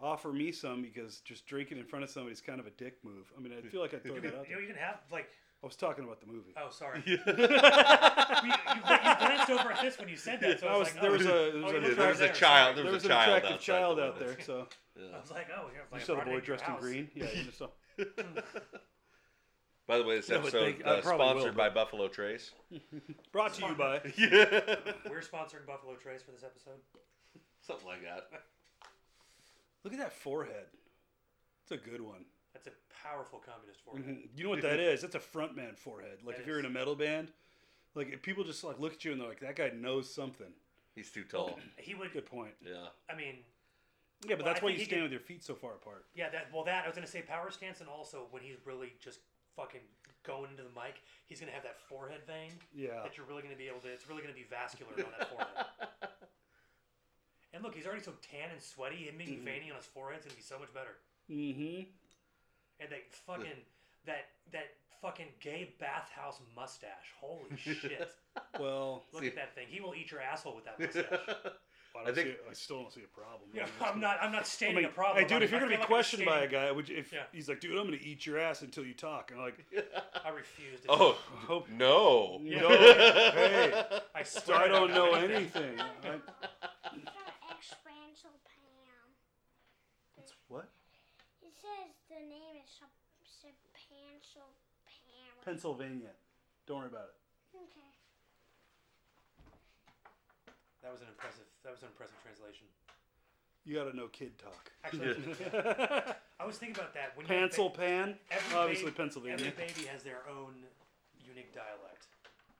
[SPEAKER 2] offer me some because just drinking in front of somebody is kind of a dick move. I mean, I feel like I throw that out
[SPEAKER 3] You know,
[SPEAKER 2] there.
[SPEAKER 3] you can have like.
[SPEAKER 2] I was talking about the movie.
[SPEAKER 3] Oh, sorry. you, you, you glanced over at this when you said that, so I
[SPEAKER 2] I
[SPEAKER 3] was,
[SPEAKER 2] was-
[SPEAKER 3] like,
[SPEAKER 2] there
[SPEAKER 3] oh,
[SPEAKER 2] was a-
[SPEAKER 3] oh,
[SPEAKER 2] there
[SPEAKER 3] you
[SPEAKER 2] was
[SPEAKER 3] looked
[SPEAKER 2] a-
[SPEAKER 1] Yeah,
[SPEAKER 3] right
[SPEAKER 1] there was a
[SPEAKER 3] there.
[SPEAKER 1] child. There
[SPEAKER 2] There
[SPEAKER 1] was,
[SPEAKER 2] was
[SPEAKER 1] a
[SPEAKER 2] an
[SPEAKER 1] child.
[SPEAKER 2] attractive
[SPEAKER 1] outside
[SPEAKER 2] child
[SPEAKER 1] the
[SPEAKER 2] out
[SPEAKER 1] window.
[SPEAKER 2] there, so
[SPEAKER 3] I was like, oh, you're
[SPEAKER 2] you
[SPEAKER 3] like
[SPEAKER 2] saw the boy
[SPEAKER 3] running your
[SPEAKER 2] dressed in
[SPEAKER 3] house.
[SPEAKER 2] green. Yeah, you saw.
[SPEAKER 1] By the way, this
[SPEAKER 2] No, but
[SPEAKER 1] episode
[SPEAKER 2] they- I
[SPEAKER 1] uh,
[SPEAKER 2] probably will,
[SPEAKER 1] sponsored by Buffalo Trace.
[SPEAKER 2] Brought to you by.
[SPEAKER 3] We're sponsoring Buffalo Trace for this episode.
[SPEAKER 1] Something like that.
[SPEAKER 2] Look at that forehead. It's a good one.
[SPEAKER 3] That's a powerful communist forehead.
[SPEAKER 2] Mm-hmm. You know what that is? That's a frontman forehead. Like
[SPEAKER 3] That
[SPEAKER 2] if you're
[SPEAKER 3] is.
[SPEAKER 2] in a metal band, like if people just like look at you and they're like, "That guy knows something."
[SPEAKER 1] He's too tall.
[SPEAKER 3] He would.
[SPEAKER 2] Good point.
[SPEAKER 1] Yeah.
[SPEAKER 3] I mean,
[SPEAKER 2] Yeah, but
[SPEAKER 3] Well,
[SPEAKER 2] that's
[SPEAKER 3] I
[SPEAKER 2] why
[SPEAKER 3] think
[SPEAKER 2] you
[SPEAKER 3] he
[SPEAKER 2] stand
[SPEAKER 3] could-
[SPEAKER 2] with your feet so far apart.
[SPEAKER 3] yeah. That well, that I was gonna say power stance, and also when he's really just fucking going into the mic, he's gonna have that forehead vein
[SPEAKER 2] Yeah.
[SPEAKER 3] that you're really gonna be able to. It's really gonna be vascular on that forehead. And look, he's already so tan and sweaty. Him being veiny on his forehead's gonna be so much better.
[SPEAKER 2] Mm-hmm.
[SPEAKER 3] and that fucking that that fucking gay bathhouse mustache. Holy shit!
[SPEAKER 2] Well,
[SPEAKER 3] Look
[SPEAKER 1] See-
[SPEAKER 3] at that thing. He will eat your asshole with that mustache.
[SPEAKER 2] I,
[SPEAKER 1] I
[SPEAKER 2] don't
[SPEAKER 1] think-
[SPEAKER 2] see, I still don't see a problem.
[SPEAKER 3] yeah, I'm not. I'm not
[SPEAKER 2] I
[SPEAKER 3] stating
[SPEAKER 2] mean,
[SPEAKER 3] a problem.
[SPEAKER 2] hey, dude,
[SPEAKER 3] I'm-
[SPEAKER 2] if you're
[SPEAKER 3] I
[SPEAKER 2] gonna be
[SPEAKER 3] feel like I'm
[SPEAKER 2] questioned by a
[SPEAKER 3] stating-
[SPEAKER 2] guy, would you, if
[SPEAKER 3] Yeah.
[SPEAKER 2] he's like, "Dude, I'm gonna eat your ass until you talk," and I'm like,
[SPEAKER 3] I refuse. To
[SPEAKER 1] Oh
[SPEAKER 2] "Hope
[SPEAKER 1] no.
[SPEAKER 3] Yeah.
[SPEAKER 2] no, hey,
[SPEAKER 3] I
[SPEAKER 2] so
[SPEAKER 3] swear
[SPEAKER 2] I
[SPEAKER 3] to God,
[SPEAKER 2] don't know
[SPEAKER 3] I'm-
[SPEAKER 2] anything." I,
[SPEAKER 4] It's not exponential Pam.
[SPEAKER 2] what?
[SPEAKER 4] It says the name is substantial Pam.
[SPEAKER 2] Pennsylvania. Don't worry about it.
[SPEAKER 4] Okay.
[SPEAKER 3] That was an impressive. That was an impressive translation.
[SPEAKER 2] You gotta know kid talk.
[SPEAKER 3] Actually, I was thinking about that. When you-
[SPEAKER 2] Pencil pan,
[SPEAKER 3] every ba-
[SPEAKER 2] obviously Pennsylvania.
[SPEAKER 3] Every baby has their own unique dialect.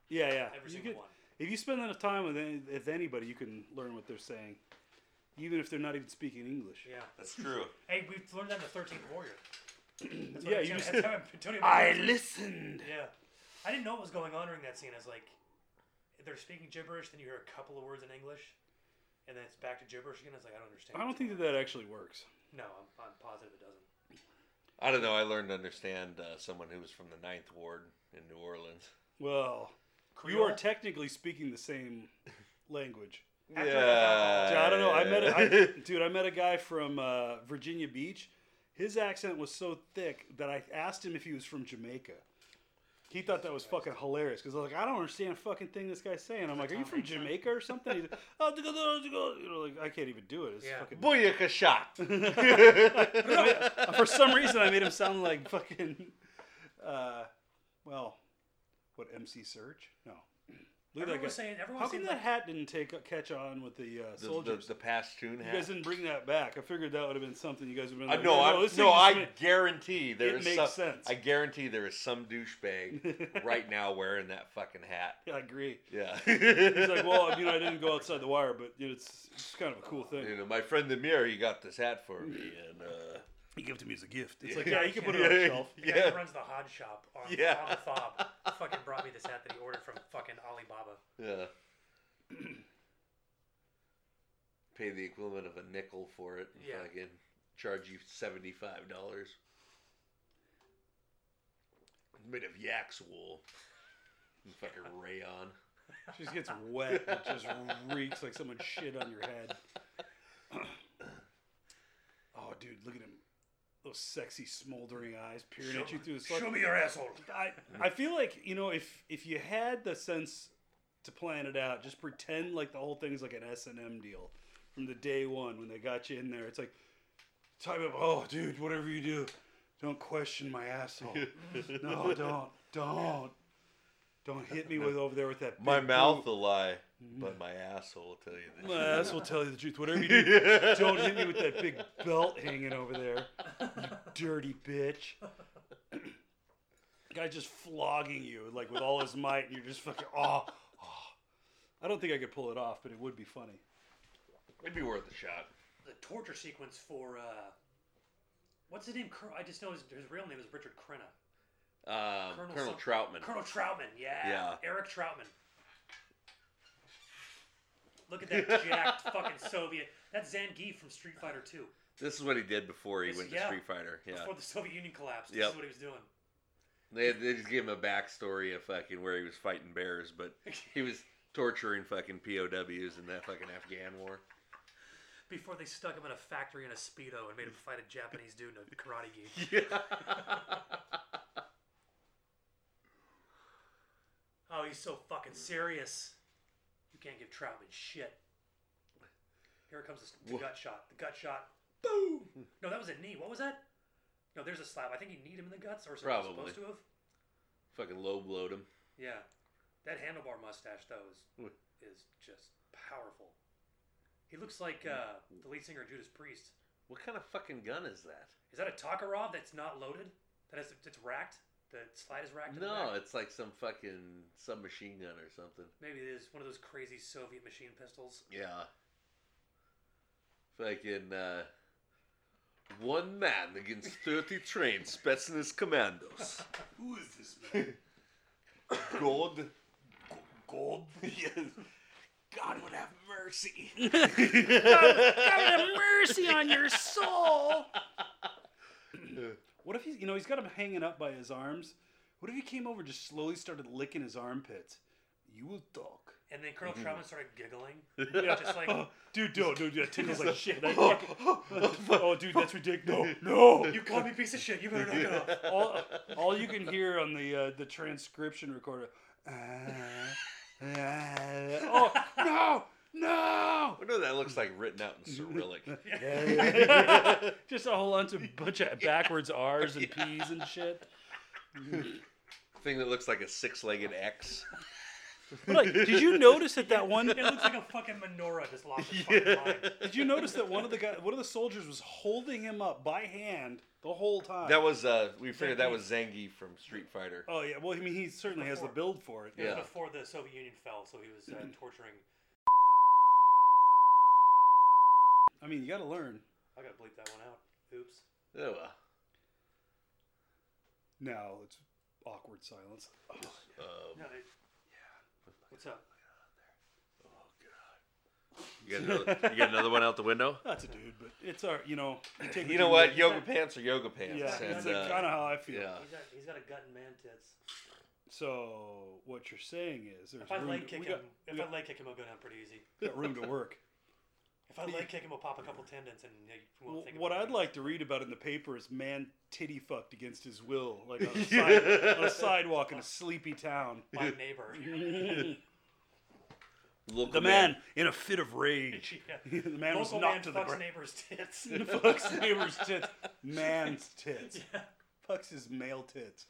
[SPEAKER 2] Yeah, yeah.
[SPEAKER 3] Every
[SPEAKER 2] You
[SPEAKER 3] single
[SPEAKER 2] could-
[SPEAKER 3] one.
[SPEAKER 2] If you spend enough time with any, with anybody, you can learn what they're saying, even if they're not even speaking English.
[SPEAKER 3] Yeah.
[SPEAKER 1] That's true.
[SPEAKER 3] Hey, we've learned that in the Thirteenth Warrior. That's what
[SPEAKER 2] Yeah, you
[SPEAKER 3] Antonio-
[SPEAKER 2] just.
[SPEAKER 3] that's how Antonio Banderas-
[SPEAKER 2] listened.
[SPEAKER 3] Yeah. I didn't know what was going on during that scene. I was like, they're speaking gibberish, then you hear a couple of words in English, and then it's back to gibberish again. I was like, I don't understand.
[SPEAKER 2] I don't think that that actually works.
[SPEAKER 3] No, I'm, I'm positive it doesn't.
[SPEAKER 1] I don't know. I learned to understand uh, someone who was from the Ninth Ward in New Orleans.
[SPEAKER 2] Well, you
[SPEAKER 3] Creole?
[SPEAKER 2] are technically speaking the same language.
[SPEAKER 3] After
[SPEAKER 1] yeah.
[SPEAKER 3] I got
[SPEAKER 2] So I don't know. I met a
[SPEAKER 1] Uh,
[SPEAKER 2] I, dude. I met a guy from uh, Virginia Beach. His accent was so thick that I asked him if he was from Jamaica, He thought that was fucking hilarious because I was like, I don't understand a fucking thing this guy's saying. I'm like, are you from Jamaica or something? He's like, oh, you know, like I can't even do it. It's
[SPEAKER 3] Yeah.
[SPEAKER 2] fucking.
[SPEAKER 1] Booyaka shot.
[SPEAKER 2] For some reason, I made him sound like fucking. Uh, well, what MC Surge? No. Look
[SPEAKER 3] Everyone
[SPEAKER 2] at that guy.
[SPEAKER 3] was saying. Everyone
[SPEAKER 2] How
[SPEAKER 3] was
[SPEAKER 2] come
[SPEAKER 3] saying
[SPEAKER 2] that
[SPEAKER 3] like,
[SPEAKER 2] hat didn't take catch on with the uh,
[SPEAKER 1] the, the,
[SPEAKER 2] soldiers?
[SPEAKER 1] the Pashtun
[SPEAKER 2] you
[SPEAKER 1] hat.
[SPEAKER 2] guys didn't bring that back. I figured that would have been something you guys would have
[SPEAKER 1] I
[SPEAKER 2] been like,
[SPEAKER 1] Uh, no, I,
[SPEAKER 2] this
[SPEAKER 1] no,
[SPEAKER 2] thing is
[SPEAKER 1] I
[SPEAKER 2] made-
[SPEAKER 1] guarantee there
[SPEAKER 2] It
[SPEAKER 1] is
[SPEAKER 2] makes
[SPEAKER 1] some,
[SPEAKER 2] sense.
[SPEAKER 1] I guarantee there is some douchebag right now wearing that fucking hat.
[SPEAKER 2] Yeah, I agree.
[SPEAKER 1] Yeah.
[SPEAKER 2] He's like, well, you know, I didn't go outside the wire, but you know, it's, it's kind of a cool thing.
[SPEAKER 1] You know, my friend the mirror, he got this hat for me, and uh,
[SPEAKER 2] You give it to me as a gift. It's like, yeah, you can put it on
[SPEAKER 1] Yeah.
[SPEAKER 2] the shelf.
[SPEAKER 3] the guy
[SPEAKER 1] Yeah.
[SPEAKER 3] who runs the Hod shop on,
[SPEAKER 1] Yeah.
[SPEAKER 3] on the fob fucking brought me this hat that he ordered from fucking Alibaba.
[SPEAKER 1] yeah. Pay the equivalent of a nickel for it. And
[SPEAKER 3] Yeah.
[SPEAKER 1] Fucking charge you seventy five dollars. Made of yak's wool. And fucking rayon.
[SPEAKER 2] It just gets wet. It just reeks like someone shit on your head. oh, dude, look at him. Those sexy smoldering eyes peering at you through the slut.
[SPEAKER 3] Show me your asshole.
[SPEAKER 2] I, I feel like, you know, if if you had the sense to plan it out, just pretend like the whole thing's like an S&M deal from the day one when they got you in there. It's like, type of, oh, dude, whatever you do, don't question my asshole. no, don't. Don't. Don't hit me with over there with that
[SPEAKER 1] My
[SPEAKER 2] big
[SPEAKER 1] mouth
[SPEAKER 2] boob.
[SPEAKER 1] will lie, but my ass will tell you the
[SPEAKER 2] My
[SPEAKER 1] truth.
[SPEAKER 2] ass will tell you the truth. Whatever you do, don't hit me with that big belt hanging over there, you dirty bitch. Guy just flogging you like with all his might, and you're just fucking oh. oh." I don't think I could pull it off, but it would be funny.
[SPEAKER 1] It'd be worth a shot.
[SPEAKER 3] The torture sequence for uh, what's his name? Cur- I just know his, his real name is Richard Crenna.
[SPEAKER 1] Um,
[SPEAKER 3] Colonel
[SPEAKER 1] Colonel
[SPEAKER 3] Sutton-
[SPEAKER 1] Troutman.
[SPEAKER 3] Colonel Troutman, yeah.
[SPEAKER 1] Yeah.
[SPEAKER 3] Eric Troutman. Look at that jacked fucking Soviet. That's Zangief from Street Fighter 2.
[SPEAKER 1] This is what he did before he
[SPEAKER 3] This-
[SPEAKER 1] went
[SPEAKER 3] yeah.
[SPEAKER 1] to Street Fighter. Yeah.
[SPEAKER 3] Before the Soviet Union collapsed. This
[SPEAKER 1] Yep.
[SPEAKER 3] is what he was doing.
[SPEAKER 1] They, they just gave him a backstory of fucking where he was fighting bears, but he was torturing fucking POWs in that fucking Afghan war.
[SPEAKER 3] Before they stuck him in a factory in a Speedo and made him fight a Japanese dude in a karate gi.
[SPEAKER 1] Yeah.
[SPEAKER 3] Oh, he's so fucking serious. You can't give Troutman shit. Here comes the, the
[SPEAKER 1] Wha-
[SPEAKER 3] gut shot. The gut shot. Boom! No, that was a knee. What was that? No, there's a slap. I think he kneed him in the guts, or was
[SPEAKER 1] Probably.
[SPEAKER 3] supposed to have.
[SPEAKER 1] fucking low blowed him.
[SPEAKER 3] Yeah, that handlebar mustache though is
[SPEAKER 1] Mm.
[SPEAKER 3] is just powerful. He looks like uh,
[SPEAKER 1] Mm.
[SPEAKER 3] the lead singer of Judas Priest.
[SPEAKER 1] What kind of fucking gun is that?
[SPEAKER 3] Is that a Takarov that's not loaded? That has it's racked. The slide is racked. in the
[SPEAKER 1] No,
[SPEAKER 3] back?
[SPEAKER 1] it's like some fucking submachine gun or something.
[SPEAKER 3] maybe it is one of those crazy Soviet machine pistols.
[SPEAKER 1] Yeah. Fucking uh, one man against thirty trained Spetsnaz commandos.
[SPEAKER 2] Who is this man?
[SPEAKER 1] God,
[SPEAKER 2] Gold.
[SPEAKER 1] yes. God would have mercy.
[SPEAKER 2] Oh, mercy on your soul. what if he's, you know, he's got him hanging up by his arms. What if he came over and just slowly started licking his armpits? You will talk.
[SPEAKER 3] And then Colonel
[SPEAKER 2] Mm-hmm.
[SPEAKER 3] Troutman started giggling.
[SPEAKER 2] Yeah,
[SPEAKER 3] Just like-
[SPEAKER 2] oh, dude, don't, dude, that tickles like shit. That
[SPEAKER 1] Oh,
[SPEAKER 2] fucking-
[SPEAKER 1] oh,
[SPEAKER 2] oh, dude, that's ridiculous. No, no.
[SPEAKER 3] You called me piece of shit. You better not get off.
[SPEAKER 2] all, all you can hear on the uh, the transcription recorder. "Ah, ah." oh no, no!
[SPEAKER 1] I know that looks like written out in Cyrillic.
[SPEAKER 2] Just a whole bunch of bunch of backwards R's and P's and shit.
[SPEAKER 1] Thing that looks like a six-legged X.
[SPEAKER 2] But like, did you notice that that one?
[SPEAKER 3] It looks like a fucking menorah just lost its fucking mind.
[SPEAKER 2] Did you notice that one of the guy, one of the soldiers, was holding him up by hand the whole time?
[SPEAKER 1] That was uh, we figured that was Zangief from Street Fighter.
[SPEAKER 2] oh yeah, well I mean he certainly has the build for it.
[SPEAKER 3] It was
[SPEAKER 1] Yeah.
[SPEAKER 3] before the Soviet Union fell, so he was uh, torturing.
[SPEAKER 2] I mean you got to learn.
[SPEAKER 3] I gotta bleep that one out. Oops.
[SPEAKER 1] Oh well.
[SPEAKER 2] Now it's awkward silence.
[SPEAKER 1] Um,
[SPEAKER 3] No, it, What's up?
[SPEAKER 1] you, got another, you got another one out the window.
[SPEAKER 2] That's a dude, but it's our you know. You, take
[SPEAKER 1] You know
[SPEAKER 2] what?
[SPEAKER 1] what? Yoga pants are yoga pants.
[SPEAKER 2] Yeah,
[SPEAKER 1] and,
[SPEAKER 2] that's
[SPEAKER 1] uh,
[SPEAKER 2] kind of how I feel.
[SPEAKER 1] yeah.
[SPEAKER 3] He's got, he's got a gut and man tits.
[SPEAKER 2] So what you're saying is there's
[SPEAKER 3] If I
[SPEAKER 2] room
[SPEAKER 3] leg
[SPEAKER 2] to,
[SPEAKER 3] kick
[SPEAKER 2] we
[SPEAKER 3] him,
[SPEAKER 2] got,
[SPEAKER 3] if I leg kick him, I'll go down pretty easy.
[SPEAKER 2] we got room to work.
[SPEAKER 3] If I leg kick him, I'll pop a couple tendons, and you won't think.
[SPEAKER 2] What
[SPEAKER 3] about
[SPEAKER 2] I'd
[SPEAKER 3] it.
[SPEAKER 2] like to read about in the paper is man titty fucked against his will, like on a, side, on a sidewalk in a sleepy town.
[SPEAKER 3] my neighbor.
[SPEAKER 1] Local
[SPEAKER 2] The man in a fit of rage.
[SPEAKER 3] Yeah.
[SPEAKER 2] the man was
[SPEAKER 3] Local
[SPEAKER 2] knocked to
[SPEAKER 3] man fucks
[SPEAKER 2] the ground.
[SPEAKER 3] neighbor's tits.
[SPEAKER 2] fucks neighbor's tits. Man's tits.
[SPEAKER 3] yeah.
[SPEAKER 2] Fucks his male tits.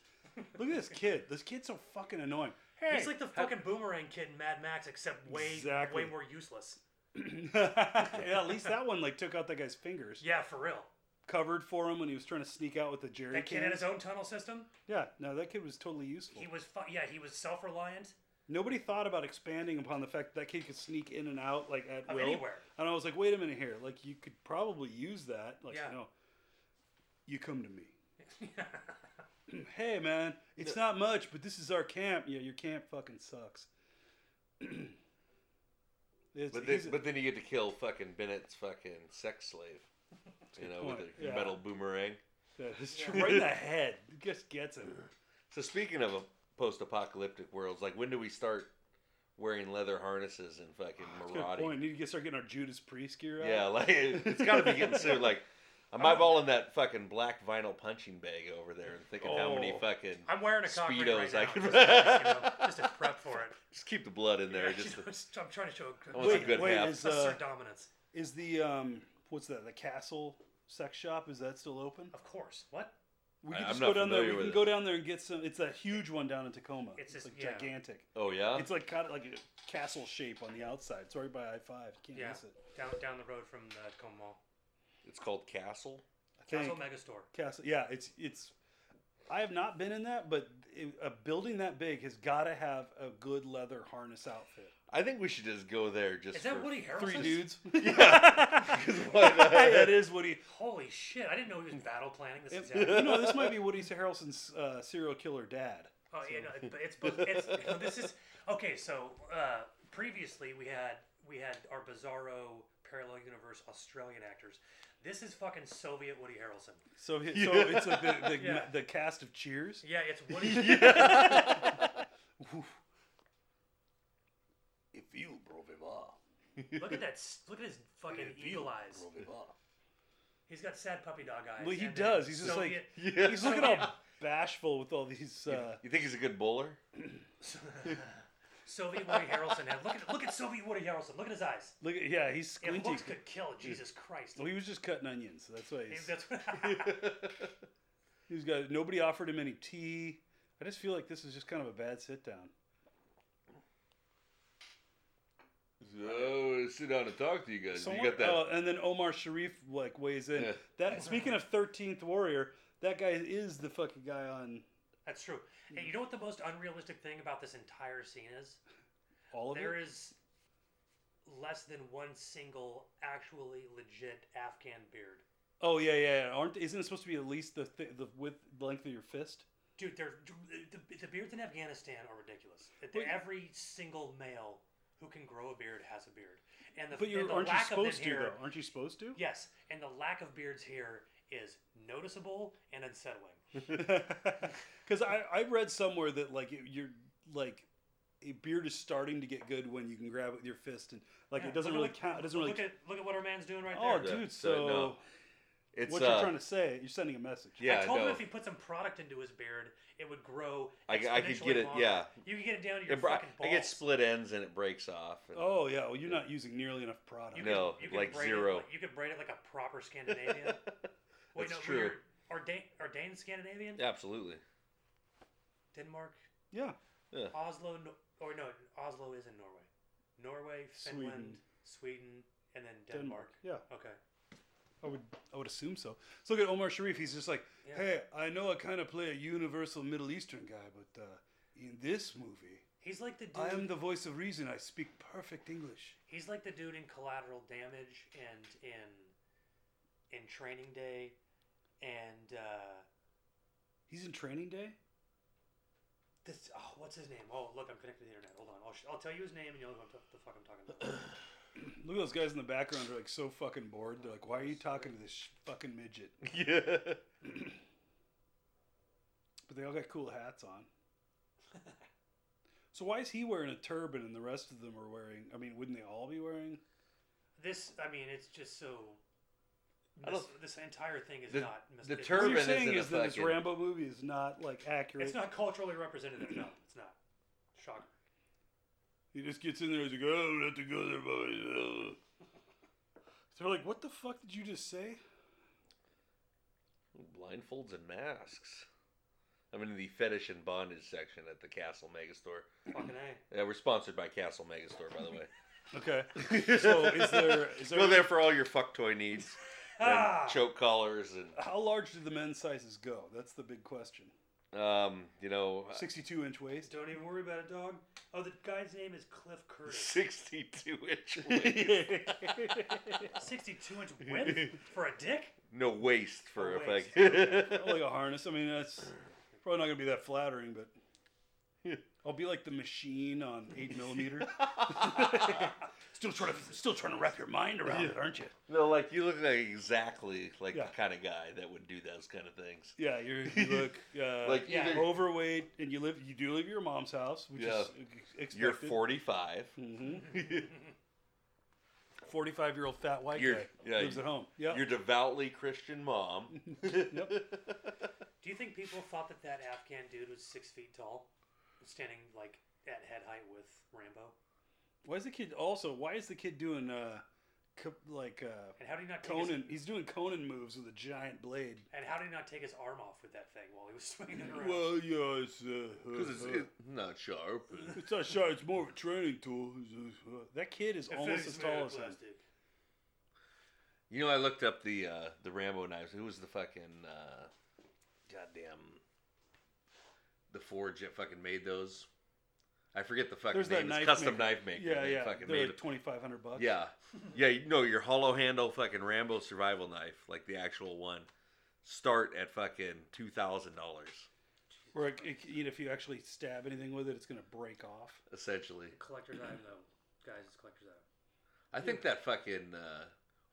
[SPEAKER 2] Look at this kid. This kid's so fucking annoying. Hey.
[SPEAKER 3] He's like the fucking boomerang kid in Mad Max, except way
[SPEAKER 2] Exactly.
[SPEAKER 3] way more useless.
[SPEAKER 2] yeah, at least that one like took out that guy's fingers.
[SPEAKER 3] Yeah, for real.
[SPEAKER 2] Covered for him when he was trying to sneak out with the jerry
[SPEAKER 3] That kid
[SPEAKER 2] can.
[SPEAKER 3] had his own tunnel system.
[SPEAKER 2] yeah, no, that kid was totally useful.
[SPEAKER 3] He was fu- yeah, he was self reliant.
[SPEAKER 2] Nobody thought about expanding upon the fact that, that kid could sneak in and out like at
[SPEAKER 3] Of
[SPEAKER 2] will.
[SPEAKER 3] anywhere.
[SPEAKER 2] And I was like, wait a minute here. Like you could probably use that. Like
[SPEAKER 3] Yeah.
[SPEAKER 2] no, you come to me. hey man, it's not much, but this is our camp. Yeah, your camp fucking sucks. It's-
[SPEAKER 1] But then,
[SPEAKER 2] he's-
[SPEAKER 1] but then you get to kill fucking Bennett's fucking sex slave. You know, with
[SPEAKER 2] point,
[SPEAKER 1] a
[SPEAKER 2] yeah.
[SPEAKER 1] metal boomerang.
[SPEAKER 2] that is true. right in the head. It just gets him.
[SPEAKER 1] So speaking of a post-apocalyptic worlds, like when do we start wearing leather harnesses and fucking
[SPEAKER 2] That's a good
[SPEAKER 1] marauding?
[SPEAKER 2] point. Need to get start getting our Judas Priest gear out.
[SPEAKER 1] Yeah, like it's got to be getting soon. Like I'm eyeballing that fucking black vinyl punching bag over there and thinking how many
[SPEAKER 2] Oh.
[SPEAKER 1] fucking
[SPEAKER 3] I'm wearing a cock ring
[SPEAKER 1] speedos
[SPEAKER 3] right now,
[SPEAKER 1] I can.
[SPEAKER 3] just, to, you know, just to prep for it.
[SPEAKER 1] just keep the blood in there.
[SPEAKER 3] Yeah,
[SPEAKER 1] just
[SPEAKER 3] you know,
[SPEAKER 1] to-
[SPEAKER 3] just- I'm trying to show a
[SPEAKER 1] I want some
[SPEAKER 2] Wait,
[SPEAKER 1] good
[SPEAKER 2] wait,
[SPEAKER 1] half.
[SPEAKER 2] is-
[SPEAKER 3] assert
[SPEAKER 2] uh,
[SPEAKER 3] dominance.
[SPEAKER 2] Is the um what's that? The Castle sex shop is that still open?
[SPEAKER 3] Of course. What?
[SPEAKER 2] We
[SPEAKER 1] I-
[SPEAKER 2] can
[SPEAKER 1] I'm
[SPEAKER 2] just
[SPEAKER 1] not
[SPEAKER 2] go down there. We
[SPEAKER 1] familiar
[SPEAKER 2] can
[SPEAKER 1] with
[SPEAKER 2] go
[SPEAKER 1] it.
[SPEAKER 2] down there and get some. It's that huge one down in Tacoma.
[SPEAKER 3] It's just-
[SPEAKER 2] like
[SPEAKER 3] yeah.
[SPEAKER 2] gigantic.
[SPEAKER 1] oh yeah,
[SPEAKER 2] It's like kind of like a castle shape on the outside. It's right by I five. You can't
[SPEAKER 3] Yeah.
[SPEAKER 2] miss it.
[SPEAKER 3] Down down the road from the Tacoma Mall.
[SPEAKER 1] it's called Castle.
[SPEAKER 2] I think
[SPEAKER 3] Castle Mega Store.
[SPEAKER 2] castle. Yeah, it's it's. I have not been in that, but it, a building that big has got to have a good leather harness outfit.
[SPEAKER 1] I think we should just go there. Just
[SPEAKER 3] Is that
[SPEAKER 1] for-
[SPEAKER 3] Woody Harrelson?
[SPEAKER 2] Three dudes.
[SPEAKER 1] Yeah. 'Cause why not?
[SPEAKER 2] that is Woody.
[SPEAKER 3] Holy shit! I didn't know he was battle planning this.
[SPEAKER 2] It,
[SPEAKER 3] Exactly.
[SPEAKER 2] you know, this might be Woody Harrelson's uh, serial killer dad.
[SPEAKER 3] Oh, yeah, no, but it's, but it's this is okay. So uh, previously we had we had our bizarro parallel universe Australian actors. This is fucking Soviet Woody Harrelson.
[SPEAKER 2] So, he- so it's like the the,
[SPEAKER 3] Yeah.
[SPEAKER 2] the cast of Cheers.
[SPEAKER 3] Yeah, it's Woody.
[SPEAKER 1] If you broke him off,
[SPEAKER 3] Look at that! s- Look at his fucking
[SPEAKER 1] if you
[SPEAKER 3] eagle eyes.
[SPEAKER 1] broke him off.
[SPEAKER 3] He's got sad puppy dog eyes.
[SPEAKER 2] Well, he
[SPEAKER 3] and then
[SPEAKER 2] does. He's just like
[SPEAKER 3] Soviet-
[SPEAKER 1] Yeah.
[SPEAKER 2] he's looking all bashful with all these. Uh,
[SPEAKER 1] You think he's a good bowler?
[SPEAKER 3] Soviet Woody Harrelson. Now look at look at Soviet Woody Harrelson. Look at his eyes.
[SPEAKER 2] look, at- yeah, he's
[SPEAKER 3] If
[SPEAKER 2] squinting.
[SPEAKER 3] looks could kill, Jesus Christ.
[SPEAKER 2] Well, he was just cutting onions. So that's why he's,
[SPEAKER 3] That's what,
[SPEAKER 2] he's got. Nobody offered him any tea. I just feel like this is just kind of a bad sit down.
[SPEAKER 1] So sit down and talk to you guys.
[SPEAKER 2] Someone- oh, and then Omar Sharif like weighs in.
[SPEAKER 1] Yeah.
[SPEAKER 2] That speaking of Thirteenth Warrior, that guy is the fucking guy on
[SPEAKER 3] that's true. Hey, you know what the most unrealistic thing about this entire scene is?
[SPEAKER 2] all of
[SPEAKER 3] There
[SPEAKER 2] it.
[SPEAKER 3] is less than one single actually legit Afghan beard.
[SPEAKER 2] Oh yeah, yeah. yeah. Aren't isn't it supposed to be at least the th- the width length of your fist?
[SPEAKER 3] Dude, they're, the, the beards in Afghanistan are ridiculous. That
[SPEAKER 2] But-
[SPEAKER 3] Every single male who can grow a beard has a beard. And the,
[SPEAKER 2] But you
[SPEAKER 3] and the
[SPEAKER 2] aren't you
[SPEAKER 3] lack of them
[SPEAKER 2] supposed to
[SPEAKER 3] here,
[SPEAKER 2] though? Aren't you supposed to?
[SPEAKER 3] Yes, and the lack of beards here is noticeable and unsettling.
[SPEAKER 2] Because I, I read somewhere that like it- you're like a beard is starting to get good when you can grab it with your fist and like
[SPEAKER 3] Yeah,
[SPEAKER 2] it doesn't
[SPEAKER 3] look at
[SPEAKER 2] really
[SPEAKER 3] what-
[SPEAKER 2] count. It doesn't really.
[SPEAKER 3] Look at look at what our man's doing right
[SPEAKER 2] oh,
[SPEAKER 3] there.
[SPEAKER 1] Yeah,
[SPEAKER 2] dude. So
[SPEAKER 1] so, no. it's
[SPEAKER 2] what
[SPEAKER 1] uh,
[SPEAKER 2] you're trying to say? You're sending a message.
[SPEAKER 1] yeah,
[SPEAKER 3] I told him
[SPEAKER 1] no.
[SPEAKER 3] if he put some product into his beard, it would grow.
[SPEAKER 1] I- I could get
[SPEAKER 3] exponentially
[SPEAKER 1] it-
[SPEAKER 3] longer.
[SPEAKER 1] yeah.
[SPEAKER 3] You could get it down to your
[SPEAKER 1] It bro-
[SPEAKER 3] fucking balls.
[SPEAKER 1] I get split ends and it breaks off. and-
[SPEAKER 2] Oh yeah. Well, you're not using nearly enough product.
[SPEAKER 3] You
[SPEAKER 1] No,
[SPEAKER 3] could, you could
[SPEAKER 1] like
[SPEAKER 3] braid
[SPEAKER 1] zero.
[SPEAKER 3] It, like- you could braid it like a proper Scandinavian. Wait,
[SPEAKER 1] That's
[SPEAKER 3] no,
[SPEAKER 1] true.
[SPEAKER 3] we're- Are Dan, are Danes Scandinavian?
[SPEAKER 1] Absolutely.
[SPEAKER 3] Denmark,
[SPEAKER 2] Yeah.
[SPEAKER 1] Yeah.
[SPEAKER 3] Oslo, no, or no, Oslo is in Norway. Norway, Finland, Sweden, and then Denmark.
[SPEAKER 2] Denmark. Yeah.
[SPEAKER 3] Okay.
[SPEAKER 2] I would I would assume so. So look at Omar Sharif. He's just like,
[SPEAKER 3] Yeah.
[SPEAKER 2] hey, I know I kind of play a universal Middle Eastern guy, but uh, in this movie,
[SPEAKER 3] He's like the dude.
[SPEAKER 2] I am the voice of reason. I speak perfect English.
[SPEAKER 3] He's like the dude in Collateral Damage and in in Training Day, and uh,
[SPEAKER 2] He's in Training Day.
[SPEAKER 3] this. Oh, what's his name? Oh, look, I'm connected to the internet. Hold on, I'll, sh- I'll tell you his name, and you'll know what the fuck I'm talking about.
[SPEAKER 2] Look at those guys in the background. They're like so fucking bored. They're like, why are you talking to this sh- fucking midget?
[SPEAKER 1] Yeah.
[SPEAKER 2] But they all got cool hats on. So why is he wearing a turban and the rest of them are wearing? I mean, wouldn't they all be wearing?
[SPEAKER 3] This, I mean, it's just so.
[SPEAKER 1] I
[SPEAKER 3] This,
[SPEAKER 1] don't-
[SPEAKER 3] this entire thing is
[SPEAKER 1] the-
[SPEAKER 3] not. mis-
[SPEAKER 1] the
[SPEAKER 3] it's-
[SPEAKER 2] What you're
[SPEAKER 1] Urban
[SPEAKER 2] saying
[SPEAKER 1] isn't a
[SPEAKER 2] is that this
[SPEAKER 1] fucking-
[SPEAKER 2] Rambo movie is not like accurate.
[SPEAKER 3] It's not culturally representative. No, it's not. Shocker.
[SPEAKER 2] He just gets in there and he's like, oh, I have to go there by myself. They're like, what the fuck did you just say?
[SPEAKER 1] Blindfolds and masks. I'm in the fetish and bondage section at the Castle Megastore.
[SPEAKER 3] Fucking a.
[SPEAKER 1] Yeah, Uh, we're sponsored by Castle Megastore, by the way.
[SPEAKER 2] Okay. So is there is there,
[SPEAKER 1] Go there for all your fuck toy needs
[SPEAKER 3] Ah!
[SPEAKER 1] and choke collars and
[SPEAKER 2] how large do the men's sizes go? That's the big question.
[SPEAKER 1] um, you know,
[SPEAKER 2] Sixty two inch waist.
[SPEAKER 3] Don't even worry about it, dog. Oh, the guy's name is Cliff Curtis.
[SPEAKER 1] 62 inch. waist.
[SPEAKER 2] like
[SPEAKER 3] 62 inch width for a dick?
[SPEAKER 1] no waist for
[SPEAKER 3] No
[SPEAKER 1] a
[SPEAKER 3] waist.
[SPEAKER 1] fucking.
[SPEAKER 2] a harness. I mean that's probably not gonna be that flattering, but I'll be like the machine on eight millimeter. still trying to still trying to wrap your mind around it, aren't you?
[SPEAKER 1] no, like you look like exactly like
[SPEAKER 2] Yeah.
[SPEAKER 1] the kind of guy that would do those kind of things.
[SPEAKER 2] Yeah, you're, you look uh,
[SPEAKER 1] Like
[SPEAKER 3] yeah,
[SPEAKER 1] either
[SPEAKER 2] overweight, and you live you do live at your mom's house, which
[SPEAKER 1] Yeah.
[SPEAKER 2] is expected. Mm-hmm.
[SPEAKER 1] you're 45.
[SPEAKER 2] Forty-five year old fat white
[SPEAKER 1] You're-
[SPEAKER 2] guy
[SPEAKER 1] yeah,
[SPEAKER 2] lives
[SPEAKER 1] you-
[SPEAKER 2] at home. Yeah,
[SPEAKER 1] Your devoutly Christian mom.
[SPEAKER 3] Do you think people thought that that Afghan dude was six feet tall? Standing like at head height with Rambo?
[SPEAKER 2] why is the kid also? Why is the kid doing uh, co- like uh,
[SPEAKER 3] And how did he not take His,
[SPEAKER 2] Conan? He's doing Conan moves with a giant blade.
[SPEAKER 3] and how did he not take his arm off with that thing while he was swinging it around?
[SPEAKER 2] Well, yeah, it's, uh,
[SPEAKER 1] 'Cause
[SPEAKER 2] uh,
[SPEAKER 1] it's,
[SPEAKER 2] uh,
[SPEAKER 1] it's not sharp. and-
[SPEAKER 2] it's not sure. It's more of a training tool. It's, uh, uh, that kid is
[SPEAKER 3] If
[SPEAKER 2] almost
[SPEAKER 3] it's
[SPEAKER 2] as
[SPEAKER 3] made
[SPEAKER 2] tall
[SPEAKER 3] of
[SPEAKER 2] as him.
[SPEAKER 3] plastic.
[SPEAKER 1] You know, I looked up the uh, the Rambo knives. Who was the fucking uh, goddamn the forge that fucking made those? I forget the fucking
[SPEAKER 2] There's
[SPEAKER 1] name.
[SPEAKER 2] that
[SPEAKER 1] It's
[SPEAKER 2] knife
[SPEAKER 1] custom
[SPEAKER 2] maker.
[SPEAKER 1] knife maker.
[SPEAKER 2] Yeah,
[SPEAKER 1] that
[SPEAKER 2] yeah.
[SPEAKER 1] Fucking
[SPEAKER 2] They're
[SPEAKER 1] made
[SPEAKER 2] like
[SPEAKER 1] it.
[SPEAKER 2] twenty five hundred bucks.
[SPEAKER 1] Yeah, yeah. You know your hollow handle fucking Rambo survival knife, like the actual one, start at fucking two thousand dollars
[SPEAKER 2] Where it, it, you know, if you actually stab anything with it, it's gonna break off.
[SPEAKER 1] essentially.
[SPEAKER 3] Collector's item, though. Guys, it's collector's item.
[SPEAKER 1] I think that fucking uh,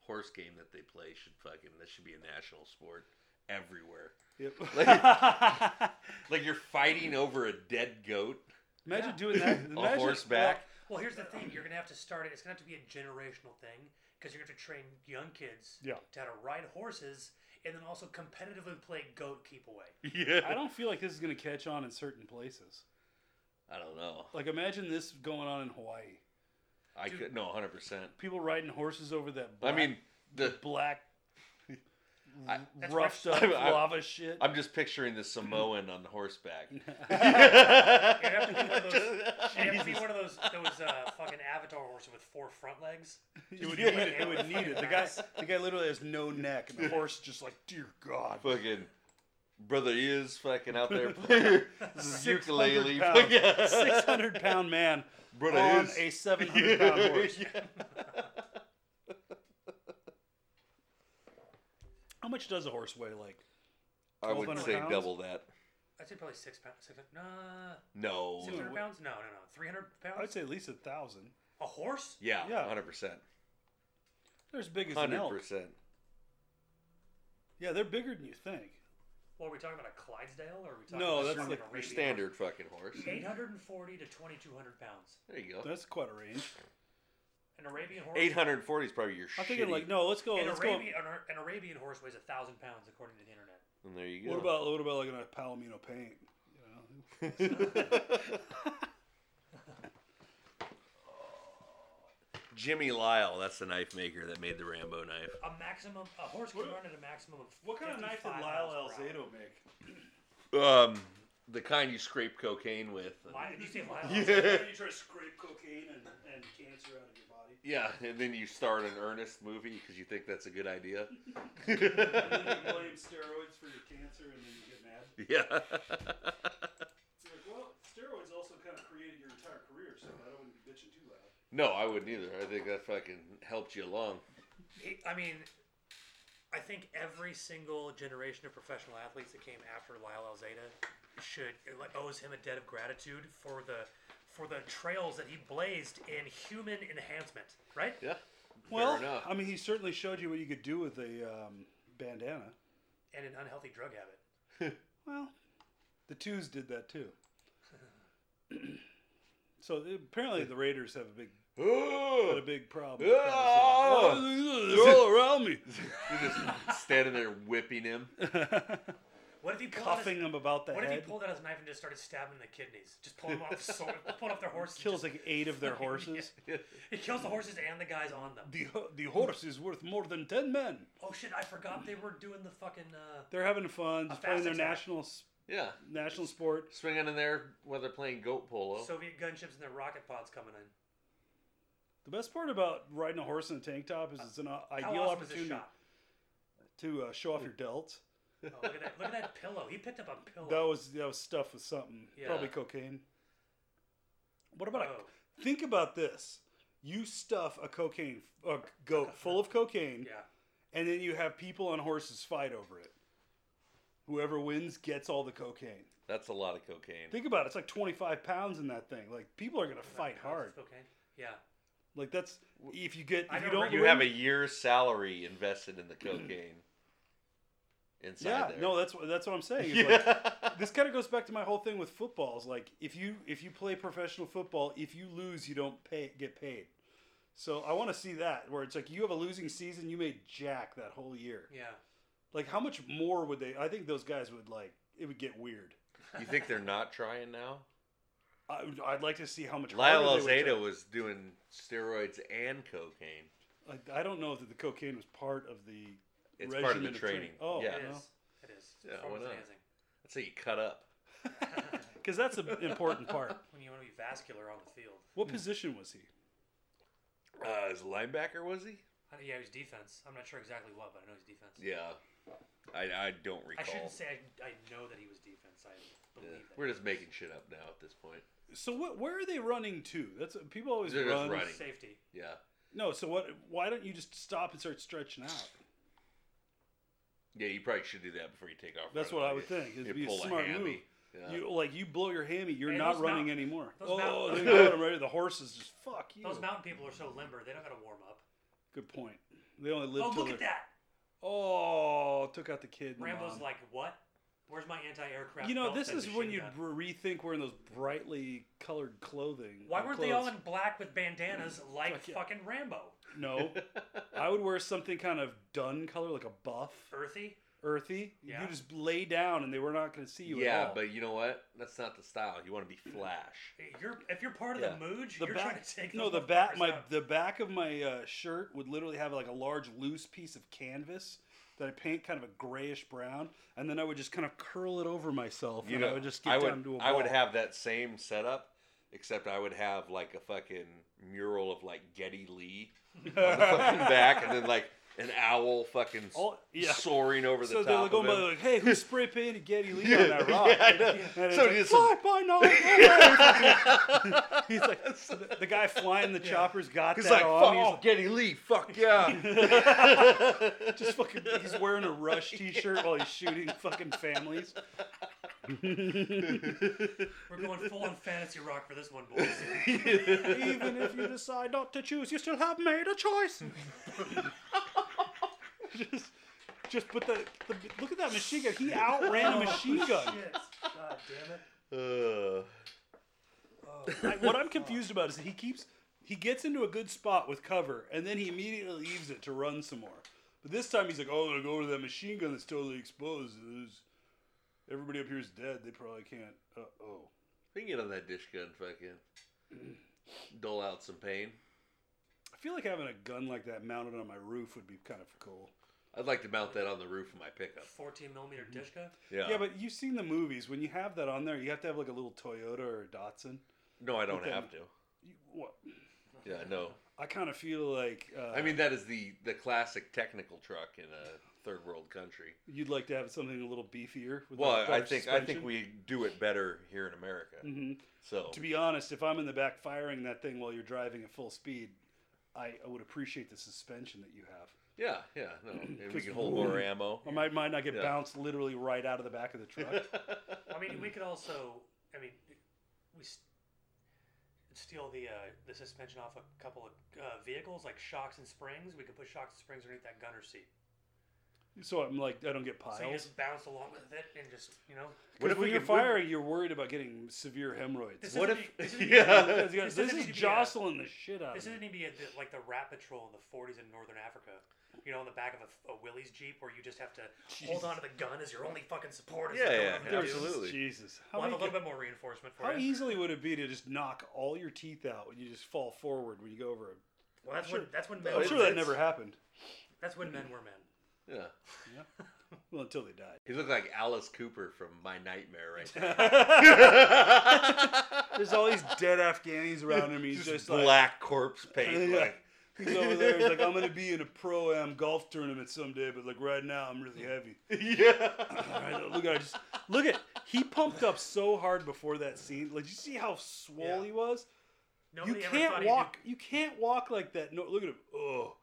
[SPEAKER 1] horse game that they play should fucking this should be a national sport everywhere.
[SPEAKER 2] Yep.
[SPEAKER 1] Like- Like you're fighting over a dead goat.
[SPEAKER 2] Imagine
[SPEAKER 3] Yeah.
[SPEAKER 2] doing that.
[SPEAKER 1] On
[SPEAKER 2] Imagine,
[SPEAKER 1] horseback.
[SPEAKER 3] Well, here's the thing: you're gonna have to start it. It's gonna have to be a generational thing because you're gonna have to train young kids
[SPEAKER 2] Yeah.
[SPEAKER 3] to how to ride horses and then also competitively play goat keep away.
[SPEAKER 1] Yeah.
[SPEAKER 2] I don't feel like this is going to catch on in certain places.
[SPEAKER 1] I don't know.
[SPEAKER 2] Like, imagine this going on in Hawaii.
[SPEAKER 1] I
[SPEAKER 3] Dude.
[SPEAKER 1] could no, hundred percent.
[SPEAKER 2] People riding horses over that.
[SPEAKER 1] I
[SPEAKER 2] Black,
[SPEAKER 1] mean, the
[SPEAKER 2] black,
[SPEAKER 1] I-
[SPEAKER 3] That's
[SPEAKER 2] roughed up
[SPEAKER 1] rough. I- I-
[SPEAKER 2] lava shit.
[SPEAKER 1] I'm just picturing the Samoan on horseback.
[SPEAKER 3] It have to be one of those. It'd have to be one of those those uh, fucking avatar horses with four front legs.
[SPEAKER 2] it would
[SPEAKER 1] Yeah.
[SPEAKER 2] need it. It would need it. The guy, the guy literally has no neck, and the horse just like, dear God.
[SPEAKER 1] fucking brother is fucking out there playing his
[SPEAKER 2] 600
[SPEAKER 1] ukulele.
[SPEAKER 2] pound-
[SPEAKER 1] Yeah.
[SPEAKER 2] 600 pound man
[SPEAKER 1] Brother
[SPEAKER 2] on
[SPEAKER 1] is.
[SPEAKER 2] a 700 pound horse.
[SPEAKER 1] Yeah.
[SPEAKER 2] How much does a horse weigh? Like,
[SPEAKER 1] I would
[SPEAKER 2] 1,200
[SPEAKER 1] say
[SPEAKER 2] pounds?
[SPEAKER 1] double that.
[SPEAKER 3] I'd say probably six pounds. Six, no,
[SPEAKER 1] No.
[SPEAKER 3] six hundred pounds? No, no, no. Three hundred pounds.
[SPEAKER 2] I'd say at least a thousand.
[SPEAKER 3] a horse.
[SPEAKER 1] Yeah,
[SPEAKER 2] Yeah.
[SPEAKER 1] hundred percent.
[SPEAKER 2] They're as big as an
[SPEAKER 1] Hundred
[SPEAKER 2] elk.
[SPEAKER 1] percent.
[SPEAKER 2] Yeah, they're bigger than you think.
[SPEAKER 3] Well, are we talking about a Clydesdale or are we talking
[SPEAKER 2] No,
[SPEAKER 3] about
[SPEAKER 2] that's
[SPEAKER 3] sort of
[SPEAKER 2] like
[SPEAKER 3] a
[SPEAKER 1] Your
[SPEAKER 3] Arabian
[SPEAKER 1] standard fucking horse.
[SPEAKER 3] horse? 840 to 2200 pounds.
[SPEAKER 1] There you go.
[SPEAKER 2] That's quite a range.
[SPEAKER 3] An Arabian horse.
[SPEAKER 1] Eight hundred and forty is probably your
[SPEAKER 2] I'm
[SPEAKER 1] shit.
[SPEAKER 2] thinking like, no, let's go.
[SPEAKER 3] An
[SPEAKER 2] Let's go.
[SPEAKER 3] Arabian, an, Ar- an Arabian horse weighs a thousand pounds, according to the internet.
[SPEAKER 1] And there you go.
[SPEAKER 2] What about what about like an palomino paint? You know,
[SPEAKER 1] Jimmy Lyle, that's the knife maker that made the Rambo knife.
[SPEAKER 3] A maximum, a horse can
[SPEAKER 2] What-
[SPEAKER 3] run at a maximum of.
[SPEAKER 2] what kind of knife did
[SPEAKER 3] 55
[SPEAKER 2] Lyle
[SPEAKER 3] miles per hour.
[SPEAKER 2] Alzado make?
[SPEAKER 1] Um, the kind you scrape cocaine with.
[SPEAKER 3] Lyle, did you say Lyle?
[SPEAKER 1] Yeah.
[SPEAKER 3] Alzado?
[SPEAKER 2] you try to scrape cocaine and, and cancer out of your body.
[SPEAKER 1] Yeah, and then you start an earnest movie because you think that's a good idea.
[SPEAKER 2] And then you blame steroids for your cancer, and then you get mad.
[SPEAKER 1] yeah.
[SPEAKER 2] It's like, well, steroids also kind of created your entire career, so I don't want to be bitching too loud.
[SPEAKER 1] No, I wouldn't either. I think that fucking helped you along.
[SPEAKER 3] It- I mean, I think every single generation of professional athletes that came after Lyle Alzada should like owes him a debt of gratitude for the for the trails that he blazed in human enhancement, right?
[SPEAKER 1] Yeah.
[SPEAKER 2] Well,
[SPEAKER 1] Fair enough.
[SPEAKER 2] I mean, he certainly showed you what you could do with a um, bandana.
[SPEAKER 3] And an unhealthy drug habit.
[SPEAKER 2] Well, the twos did that too. so apparently, the Raiders have a big What a
[SPEAKER 1] Oh!
[SPEAKER 2] big problem.
[SPEAKER 1] Ah!
[SPEAKER 2] They're all around me.
[SPEAKER 1] You're just standing there whipping him.
[SPEAKER 3] What if he pulled out his-
[SPEAKER 2] Cuffing them about the
[SPEAKER 3] What if he
[SPEAKER 2] head.
[SPEAKER 3] pulled out his knife and just started stabbing the kidneys? Just pulling them off, the sword, pulling off their horses.
[SPEAKER 2] Kills
[SPEAKER 3] just,
[SPEAKER 2] like eight of their horses.
[SPEAKER 3] he kills the horses and the guys on them.
[SPEAKER 2] The, ho- the horse is worth more than 10 men.
[SPEAKER 3] Oh shit! I forgot they were doing the fucking. Uh,
[SPEAKER 2] They're having fun, just playing
[SPEAKER 3] fast
[SPEAKER 2] their
[SPEAKER 3] attack.
[SPEAKER 2] national s-
[SPEAKER 1] Yeah.
[SPEAKER 2] national sport.
[SPEAKER 1] Swinging in there while they're playing goat polo.
[SPEAKER 3] Soviet gunships and their rocket pods coming in.
[SPEAKER 2] The best part about riding a horse in a tank top is it's an uh,
[SPEAKER 3] How
[SPEAKER 2] ideal
[SPEAKER 3] awesome is this
[SPEAKER 2] opportunity
[SPEAKER 3] shot?
[SPEAKER 2] to uh, show off your delts.
[SPEAKER 3] Oh, look at that! Look at that pillow. He picked up a pillow. Oh,
[SPEAKER 2] That was that was stuff with something,
[SPEAKER 3] Yeah.
[SPEAKER 2] probably cocaine. What about
[SPEAKER 3] Oh.
[SPEAKER 2] a, think about this? You stuff a cocaine a goat full of cocaine,
[SPEAKER 3] Yeah.
[SPEAKER 2] and then you have people on horses fight over it. Whoever wins gets all the cocaine.
[SPEAKER 1] That's a lot of cocaine.
[SPEAKER 2] Think about it. It's like 25 pounds in that thing. Like people are gonna fight hard.
[SPEAKER 3] Okay. Yeah.
[SPEAKER 2] Like that's if you get
[SPEAKER 3] I
[SPEAKER 2] if you
[SPEAKER 3] don't remember-
[SPEAKER 2] don't
[SPEAKER 1] You
[SPEAKER 2] win-
[SPEAKER 1] have a year's salary invested in the cocaine. Inside
[SPEAKER 2] yeah.
[SPEAKER 1] there.
[SPEAKER 2] No, that's what that's what I'm saying. It's like,
[SPEAKER 1] yeah.
[SPEAKER 2] this kind of goes back to my whole thing with football is like if you if you play professional football if you lose you don't pay get paid so i want to see that where it's like you have a losing season you made jack that whole year
[SPEAKER 3] Yeah.
[SPEAKER 2] like how much more would they i think those guys would like it would get weird
[SPEAKER 1] you think they're not trying now?
[SPEAKER 2] I, i'd like to see how much harder
[SPEAKER 1] Lyle
[SPEAKER 2] they would
[SPEAKER 1] Alzado was doing steroids and cocaine.
[SPEAKER 2] try. I, I don't know that the cocaine was part of the
[SPEAKER 1] It's
[SPEAKER 2] regimen
[SPEAKER 1] part of the
[SPEAKER 2] of
[SPEAKER 1] training.
[SPEAKER 2] oh
[SPEAKER 1] Yeah.
[SPEAKER 3] It is.
[SPEAKER 2] well.
[SPEAKER 3] It is. It's
[SPEAKER 1] Yeah, why
[SPEAKER 3] performance
[SPEAKER 1] not?
[SPEAKER 3] enhancing.
[SPEAKER 1] That's how you cut up.
[SPEAKER 2] because that's an important part
[SPEAKER 3] When you want to be vascular on the field.
[SPEAKER 2] what position was he
[SPEAKER 1] Uh, as a linebacker, was he?
[SPEAKER 3] I yeah, he was defense. I'm not sure exactly what, but I know he's defense.
[SPEAKER 1] Yeah. I, I don't
[SPEAKER 3] I
[SPEAKER 1] recall.
[SPEAKER 3] shouldn't say I, I know that he was defense. I
[SPEAKER 1] Yeah.
[SPEAKER 3] believe that.
[SPEAKER 1] We're just making shit up now at this point.
[SPEAKER 2] so what, where are they running to that's people always
[SPEAKER 1] They're just
[SPEAKER 2] run
[SPEAKER 1] running.
[SPEAKER 3] Safety.
[SPEAKER 1] Yeah.
[SPEAKER 2] No, so what? Why don't you just stop and start stretching out?
[SPEAKER 1] Yeah, you probably should do that before you take off.
[SPEAKER 2] That's
[SPEAKER 1] running.
[SPEAKER 2] what I would
[SPEAKER 1] You-
[SPEAKER 2] think. It'd
[SPEAKER 1] you
[SPEAKER 2] be a
[SPEAKER 1] pull
[SPEAKER 2] smart
[SPEAKER 1] hammy.
[SPEAKER 2] move.
[SPEAKER 1] Yeah.
[SPEAKER 2] You like you blow your hammy, you're
[SPEAKER 3] Hey,
[SPEAKER 2] not
[SPEAKER 3] those
[SPEAKER 2] running
[SPEAKER 3] mount-
[SPEAKER 2] anymore.
[SPEAKER 3] those
[SPEAKER 2] oh,
[SPEAKER 3] mount-
[SPEAKER 2] they got him ready. The horses just fuck you.
[SPEAKER 3] Those mountain people are so limber; they don't got to warm up.
[SPEAKER 2] Good point. They only live.
[SPEAKER 3] Oh,
[SPEAKER 2] till
[SPEAKER 3] look at
[SPEAKER 2] they're-
[SPEAKER 3] that!
[SPEAKER 2] Oh, took out the kid. and the
[SPEAKER 3] Rambo's
[SPEAKER 2] mom.
[SPEAKER 3] like, "What? Where's my anti-aircraft?"
[SPEAKER 2] You know,
[SPEAKER 3] belt
[SPEAKER 2] this
[SPEAKER 3] and
[SPEAKER 2] is when
[SPEAKER 3] machine
[SPEAKER 2] you
[SPEAKER 3] gun?"
[SPEAKER 2] re- rethink wearing those brightly colored clothing.
[SPEAKER 3] Why
[SPEAKER 2] or
[SPEAKER 3] weren't they all
[SPEAKER 2] clothes.
[SPEAKER 3] in black with bandanas like
[SPEAKER 2] Fuck yeah.
[SPEAKER 3] fucking Rambo?
[SPEAKER 2] No, I would wear something kind of dun color, like a buff,
[SPEAKER 3] Earthy.
[SPEAKER 2] earthy.
[SPEAKER 3] Yeah.
[SPEAKER 2] You just lay down, and they were not going to see you. at
[SPEAKER 1] yeah,
[SPEAKER 2] all.
[SPEAKER 1] but you know what? That's not the style. You want to be flash.
[SPEAKER 3] You're if you're part of
[SPEAKER 1] Yeah.
[SPEAKER 3] the Mooj,
[SPEAKER 2] the
[SPEAKER 3] you're trying
[SPEAKER 2] back
[SPEAKER 3] to take
[SPEAKER 2] no
[SPEAKER 3] those
[SPEAKER 2] the back
[SPEAKER 3] motherfuckers
[SPEAKER 2] my
[SPEAKER 3] out.
[SPEAKER 2] the back of my uh, shirt would literally have like a large loose piece of canvas that I paint kind of a grayish brown, and then I would just kind of curl it over myself,
[SPEAKER 1] You
[SPEAKER 2] and
[SPEAKER 1] know,
[SPEAKER 2] I would just get
[SPEAKER 1] I would,
[SPEAKER 2] down to a ball.
[SPEAKER 1] I would have that same setup, except I would have like a fucking mural of like Getty Lee on the fucking back, and then like an owl fucking s-
[SPEAKER 2] All- yeah.
[SPEAKER 1] soaring over
[SPEAKER 2] so
[SPEAKER 1] the
[SPEAKER 2] they're
[SPEAKER 1] top.
[SPEAKER 2] like,
[SPEAKER 1] of
[SPEAKER 2] going by
[SPEAKER 1] him.
[SPEAKER 2] like, hey, who spray painted Getty Lee on that rock?
[SPEAKER 1] Yeah, I know.
[SPEAKER 2] And it's
[SPEAKER 1] So
[SPEAKER 2] like,
[SPEAKER 1] just
[SPEAKER 2] fly
[SPEAKER 1] some-
[SPEAKER 2] by night. He's like, the, the guy flying the choppers got
[SPEAKER 1] He's
[SPEAKER 2] that
[SPEAKER 1] like,
[SPEAKER 2] on.
[SPEAKER 1] fuck,
[SPEAKER 2] He's
[SPEAKER 1] oh, Getty Lee, fuck yeah.
[SPEAKER 2] just fucking he's wearing a rush t-shirt while he's shooting fucking families
[SPEAKER 3] We're going full on fantasy rock for this one, boys.
[SPEAKER 2] even if you decide not to choose you still have made a choice just just but the, the look at that machine gun he outran a machine gun
[SPEAKER 3] Oh, Shit. God damn it. Oh.
[SPEAKER 1] Uh,
[SPEAKER 2] I- what i'm confused about is that he keeps he gets into a good spot with cover and then he immediately leaves it to run some more but this time he's like oh i'm gonna go to that machine gun that's totally exposed There's- everybody up here is dead they probably can't uh-oh
[SPEAKER 1] we can get on that dish gun, fucking dole out some pain.
[SPEAKER 2] I feel like having a gun like that mounted on my roof would be kind of cool.
[SPEAKER 1] I'd like to mount that on the roof of my pickup.
[SPEAKER 3] 14 millimeter
[SPEAKER 2] Mm-hmm.
[SPEAKER 3] Dishka.
[SPEAKER 1] Yeah.
[SPEAKER 2] Yeah, but you've seen the movies. When you have that on there, you have to have like a little Toyota or a Datsun.
[SPEAKER 1] no, I don't
[SPEAKER 2] Okay.
[SPEAKER 1] have to.
[SPEAKER 2] You, what?
[SPEAKER 1] Yeah, no.
[SPEAKER 2] I kind of feel like uh,
[SPEAKER 1] I mean, that is the the classic technical truck in a third world country.
[SPEAKER 2] you'd like to have something a little beefier. With
[SPEAKER 1] Well,
[SPEAKER 2] like,
[SPEAKER 1] I
[SPEAKER 2] better
[SPEAKER 1] think I think
[SPEAKER 2] suspension.
[SPEAKER 1] we do it better here in America.
[SPEAKER 2] Mhm.
[SPEAKER 1] So
[SPEAKER 2] To be honest, if I'm in the back firing that thing while you're driving at full speed, I, I would appreciate the suspension that you have.
[SPEAKER 1] yeah, yeah, no, and we
[SPEAKER 2] Just-
[SPEAKER 1] can hold more ammo.
[SPEAKER 2] I might might not get
[SPEAKER 1] Yeah.
[SPEAKER 2] bounced literally right out of the back of the truck.
[SPEAKER 3] I mean, we could also. I mean, we s- steal the uh, the suspension off a couple of uh, vehicles, like shocks and springs. We could put shocks and springs underneath that gunner seat.
[SPEAKER 2] So I'm like, I don't get piles.
[SPEAKER 3] So you just bounce along with it and just, you know.
[SPEAKER 1] What if
[SPEAKER 2] when
[SPEAKER 1] we
[SPEAKER 2] you're
[SPEAKER 1] could- what if-
[SPEAKER 2] firing, you're worried about getting severe hemorrhoids.
[SPEAKER 3] This
[SPEAKER 1] What
[SPEAKER 3] doesn't
[SPEAKER 1] if?
[SPEAKER 2] e-,
[SPEAKER 3] need-
[SPEAKER 1] Yeah.
[SPEAKER 2] This,
[SPEAKER 3] this doesn't
[SPEAKER 2] is
[SPEAKER 3] need to be a-
[SPEAKER 2] jostling the shit out
[SPEAKER 3] This
[SPEAKER 2] of me.
[SPEAKER 3] isn't even be a, the- like the rat patrol in the 40s in northern Africa. You know, on the back of a, a Willie's Jeep where you just have to hold on to the gun as your only fucking support. Is
[SPEAKER 1] Yeah,
[SPEAKER 3] the
[SPEAKER 1] yeah,
[SPEAKER 3] gun.
[SPEAKER 1] yeah, absolutely.
[SPEAKER 2] Jesus. How,
[SPEAKER 3] We'll have a
[SPEAKER 2] many
[SPEAKER 3] little
[SPEAKER 2] ca-
[SPEAKER 3] bit more reinforcement for
[SPEAKER 2] how
[SPEAKER 3] you.
[SPEAKER 2] easily would it be to just knock all your teeth out when you just fall forward when you go over it?
[SPEAKER 3] Well, that's,
[SPEAKER 2] sure-
[SPEAKER 3] when, that's when men
[SPEAKER 1] Oh,
[SPEAKER 2] I'm
[SPEAKER 3] were
[SPEAKER 2] sure
[SPEAKER 1] it's-
[SPEAKER 2] that never happened.
[SPEAKER 3] That's when men were men.
[SPEAKER 1] Yeah.
[SPEAKER 2] Well, until they died.
[SPEAKER 1] He looked like Alice Cooper from My Nightmare right there.
[SPEAKER 2] There's all these dead Afghanis around him. He's
[SPEAKER 1] Just
[SPEAKER 2] just, like,
[SPEAKER 1] black corpse paint.
[SPEAKER 2] Yeah.
[SPEAKER 1] Like,
[SPEAKER 2] he's over there. He's like, I'm gonna be in a pro am golf tournament someday, but like right now, I'm really heavy.
[SPEAKER 1] yeah.
[SPEAKER 2] Alright, look at I just look at he pumped up so hard before that scene. Like, you see how swole
[SPEAKER 3] Yeah.
[SPEAKER 2] he was?
[SPEAKER 3] Nobody ever
[SPEAKER 2] you
[SPEAKER 3] thought
[SPEAKER 2] can't
[SPEAKER 3] he did-
[SPEAKER 2] walk. You can't walk like that. No, look at him. Oh,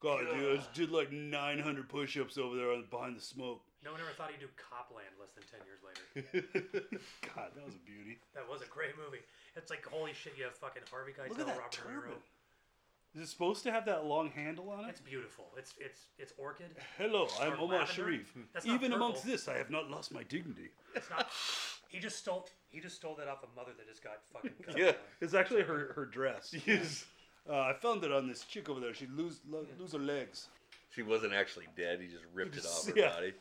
[SPEAKER 2] god, dude, I just did like 900 push-ups over there on- behind the smoke.
[SPEAKER 3] No one ever thought he'd do Copland less than 10 years later.
[SPEAKER 2] God, that was a beauty.
[SPEAKER 3] That was a great movie. It's like, holy shit, you have fucking Harvey Keitel,
[SPEAKER 2] Look at that
[SPEAKER 3] Robert De Niro.
[SPEAKER 2] turban. Is it supposed to have that long handle on it?
[SPEAKER 3] It's beautiful. It's it's it's orchid.
[SPEAKER 2] Hello, I'm
[SPEAKER 3] Or
[SPEAKER 2] Omar
[SPEAKER 3] lavender? Hmm,
[SPEAKER 2] Sharif.
[SPEAKER 3] That's not
[SPEAKER 2] Even
[SPEAKER 3] purple.
[SPEAKER 2] amongst this, I have not lost my dignity.
[SPEAKER 3] It's not. He just stole. He just stole that off a mother that just got fucking. Cut
[SPEAKER 1] Yeah.
[SPEAKER 2] It's actually her, her dress. Yes. Uh, I found it on this chick over there. She lose lo- lose her legs.
[SPEAKER 1] She wasn't actually dead. He just ripped it off her
[SPEAKER 2] Yeah.
[SPEAKER 1] body.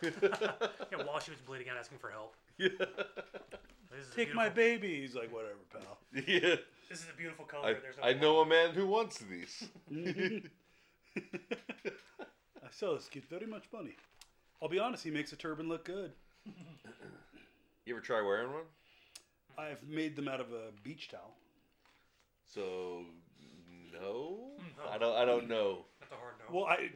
[SPEAKER 3] Yeah, while she was bleeding out, asking for help. This is a
[SPEAKER 2] Take my
[SPEAKER 3] beautiful-
[SPEAKER 2] baby. He's like, whatever, pal.
[SPEAKER 1] Yeah.
[SPEAKER 3] This is a beautiful
[SPEAKER 2] Oh,
[SPEAKER 3] color.
[SPEAKER 1] I,
[SPEAKER 3] There's no
[SPEAKER 1] I know a man who wants these.
[SPEAKER 2] I sell this kid very much money. I'll be honest, he makes a turban look good.
[SPEAKER 1] You ever try wearing one?
[SPEAKER 2] I've made them out of a beach towel.
[SPEAKER 1] So no, I don't. I don't know.
[SPEAKER 3] That's a hard no.
[SPEAKER 2] Well, I,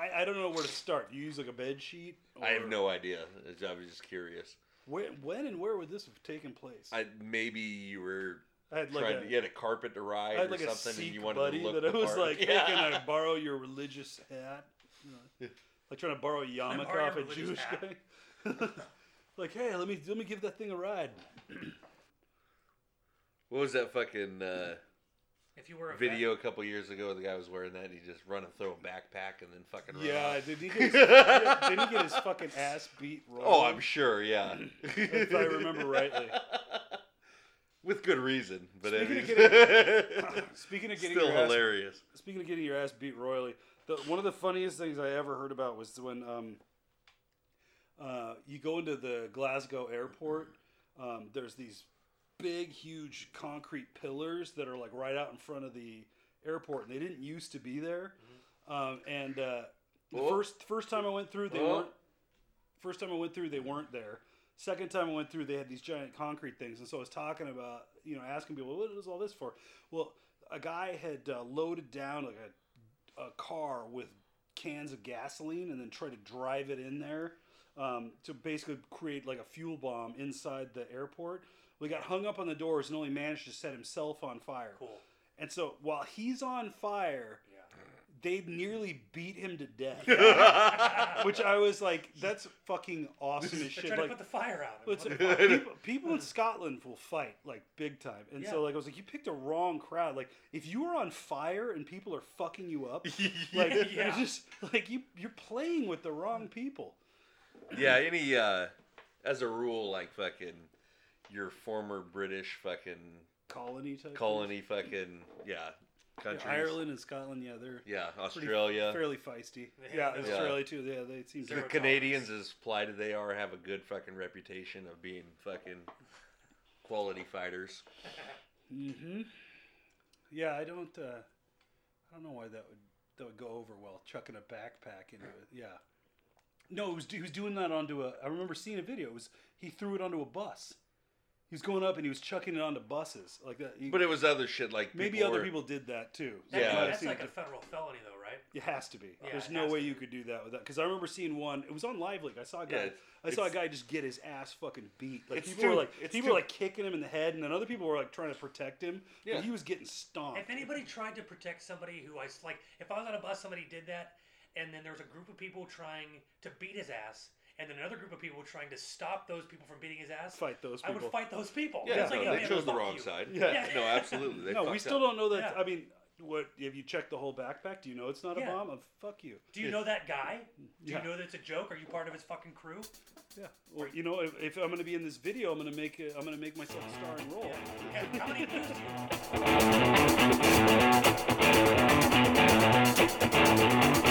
[SPEAKER 2] I I don't know where to start. Do you use like a bed sheet?
[SPEAKER 1] I have
[SPEAKER 2] or-
[SPEAKER 1] no idea. I was just curious.
[SPEAKER 2] Where, when and where would this have taken place?
[SPEAKER 1] I maybe you were
[SPEAKER 2] I had
[SPEAKER 1] trying to get a carpet to
[SPEAKER 2] I
[SPEAKER 1] ride
[SPEAKER 2] had
[SPEAKER 1] or
[SPEAKER 2] like a
[SPEAKER 1] something,
[SPEAKER 2] Sikh
[SPEAKER 1] and you wanted
[SPEAKER 2] buddy
[SPEAKER 1] to look
[SPEAKER 2] that
[SPEAKER 1] the
[SPEAKER 2] I was
[SPEAKER 1] part.
[SPEAKER 2] like,
[SPEAKER 1] yeah.
[SPEAKER 2] hey, can I borrow your religious hat? You know, like trying to borrow a
[SPEAKER 3] I
[SPEAKER 2] yarmulke
[SPEAKER 3] borrow your
[SPEAKER 2] off a
[SPEAKER 3] religious
[SPEAKER 2] Jewish
[SPEAKER 3] hat?
[SPEAKER 2] guy. like, hey, let me let me give that thing a ride.
[SPEAKER 1] What was that fucking uh,
[SPEAKER 3] if you were a
[SPEAKER 1] video a couple years ago? The guy was wearing that, and he just run and throw a backpack, and then fucking run
[SPEAKER 2] Yeah,
[SPEAKER 1] off.
[SPEAKER 2] did he get his, did he get his fucking ass beat? Royally?
[SPEAKER 1] Oh, I'm sure. Yeah,
[SPEAKER 2] if I remember rightly.
[SPEAKER 1] with good reason. But
[SPEAKER 2] Speaking of
[SPEAKER 1] anyways,
[SPEAKER 2] Speaking of getting
[SPEAKER 1] still
[SPEAKER 2] your ass-
[SPEAKER 1] hilarious.
[SPEAKER 2] speaking of getting your ass beat royally, the, one of the funniest things I ever heard about was when um, uh, you go into the Glasgow airport. Um, there's these big, huge concrete pillars that are like right out in front of the airport, and they didn't used to be there. Um, and uh, the
[SPEAKER 1] Oh.
[SPEAKER 2] first first time I went through, they
[SPEAKER 1] Oh.
[SPEAKER 2] weren't. First time I went through, they weren't there. Second time I went through, they had these giant concrete things, and so I was talking about, you know, asking people, what is all this for? Well, a guy had uh, loaded down like a, a car with cans of gasoline, and then tried to drive it in there um, to basically create like a fuel bomb inside the airport. We got hung up on the doors and only managed to set himself on fire.
[SPEAKER 3] cool.
[SPEAKER 2] And so while he's on fire,
[SPEAKER 3] Yeah.
[SPEAKER 2] they nearly beat him to death. Which I was like, that's fucking awesome as
[SPEAKER 3] They're
[SPEAKER 2] shit.
[SPEAKER 3] trying
[SPEAKER 2] Like,
[SPEAKER 3] to put the fire out.
[SPEAKER 2] it's,
[SPEAKER 3] What the fuck?
[SPEAKER 2] people, people in Scotland will fight like big time, and
[SPEAKER 3] Yeah.
[SPEAKER 2] so like I was like, you picked the wrong crowd. Like if you are on fire and people are fucking you up, like you're
[SPEAKER 3] Yeah.
[SPEAKER 2] just like you you're playing with the wrong people.
[SPEAKER 1] Yeah, any uh as a rule, like fucking your former British fucking
[SPEAKER 2] Colony type.
[SPEAKER 1] colony fucking yeah
[SPEAKER 2] things.
[SPEAKER 1] countries.
[SPEAKER 2] Yeah, Ireland and Scotland, yeah, they're
[SPEAKER 1] Yeah,
[SPEAKER 2] pretty-
[SPEAKER 1] Australia.
[SPEAKER 2] fairly feisty.
[SPEAKER 3] Yeah.
[SPEAKER 2] Yeah,
[SPEAKER 3] Yeah.
[SPEAKER 2] Australia too. Yeah, they seem
[SPEAKER 1] the
[SPEAKER 3] Zero
[SPEAKER 1] Canadians, as plighted they are, have a good fucking reputation of being fucking quality fighters.
[SPEAKER 2] Mm-hmm. Yeah, I don't. Uh, I don't know why that would that would go over well. Chucking a backpack into it. Yeah. No, it was he was doing that onto a. I remember seeing a video. It was he threw it onto a bus. He was going up and he was chucking it onto buses like that. He-
[SPEAKER 1] But it was other shit like
[SPEAKER 2] maybe
[SPEAKER 1] people
[SPEAKER 2] other
[SPEAKER 1] were-
[SPEAKER 2] people did that too.
[SPEAKER 3] That-
[SPEAKER 1] Yeah.
[SPEAKER 2] I've
[SPEAKER 3] That's
[SPEAKER 2] seen
[SPEAKER 3] like
[SPEAKER 2] it.
[SPEAKER 3] a federal felony, though, right?
[SPEAKER 2] It has to be.
[SPEAKER 3] Yeah,
[SPEAKER 2] There's
[SPEAKER 3] it
[SPEAKER 2] no
[SPEAKER 3] has
[SPEAKER 2] way
[SPEAKER 3] to
[SPEAKER 2] you
[SPEAKER 3] be.
[SPEAKER 2] could do that with that. Because I remember seeing one. It was on Live Leak. I saw a guy.
[SPEAKER 1] Yeah, it's-
[SPEAKER 2] I saw a
[SPEAKER 1] it's-
[SPEAKER 2] guy just get his ass fucking beat. Like
[SPEAKER 1] It's
[SPEAKER 2] people
[SPEAKER 1] too-
[SPEAKER 2] were like
[SPEAKER 1] it's
[SPEAKER 2] people
[SPEAKER 1] too-
[SPEAKER 2] were like kicking him in the head, and then other people were like trying to protect him.
[SPEAKER 1] Yeah.
[SPEAKER 2] But he was getting stomped.
[SPEAKER 3] If anybody tried to protect somebody who I s- like, if I was on a bus, somebody did that, and then there was a group of people trying to beat his ass, and then another group of people trying to stop those people from beating his ass,
[SPEAKER 2] fight those
[SPEAKER 3] I
[SPEAKER 2] people.
[SPEAKER 3] would fight those people.
[SPEAKER 1] Yeah,
[SPEAKER 3] It's like,
[SPEAKER 1] no,
[SPEAKER 3] yeah,
[SPEAKER 1] they
[SPEAKER 3] man,
[SPEAKER 1] chose the
[SPEAKER 3] fuck
[SPEAKER 1] wrong
[SPEAKER 3] you.
[SPEAKER 1] side.
[SPEAKER 2] Yeah.
[SPEAKER 1] no, absolutely. They
[SPEAKER 2] no, we
[SPEAKER 1] fucked
[SPEAKER 2] still
[SPEAKER 1] up.
[SPEAKER 2] don't know that.
[SPEAKER 3] Yeah.
[SPEAKER 2] I mean, What have you checked the whole backpack? Do you know it's not
[SPEAKER 3] Yeah.
[SPEAKER 2] a bomb? Oh, fuck you.
[SPEAKER 3] Do you know that guy? Do
[SPEAKER 2] Yeah.
[SPEAKER 3] you know that it's a joke? Are you part of his fucking crew?
[SPEAKER 2] Yeah. Well, you know, if, if I'm gonna be in this video, I'm gonna make it, I'm gonna make myself a star and roll.
[SPEAKER 3] Yeah. How many views do you
[SPEAKER 2] All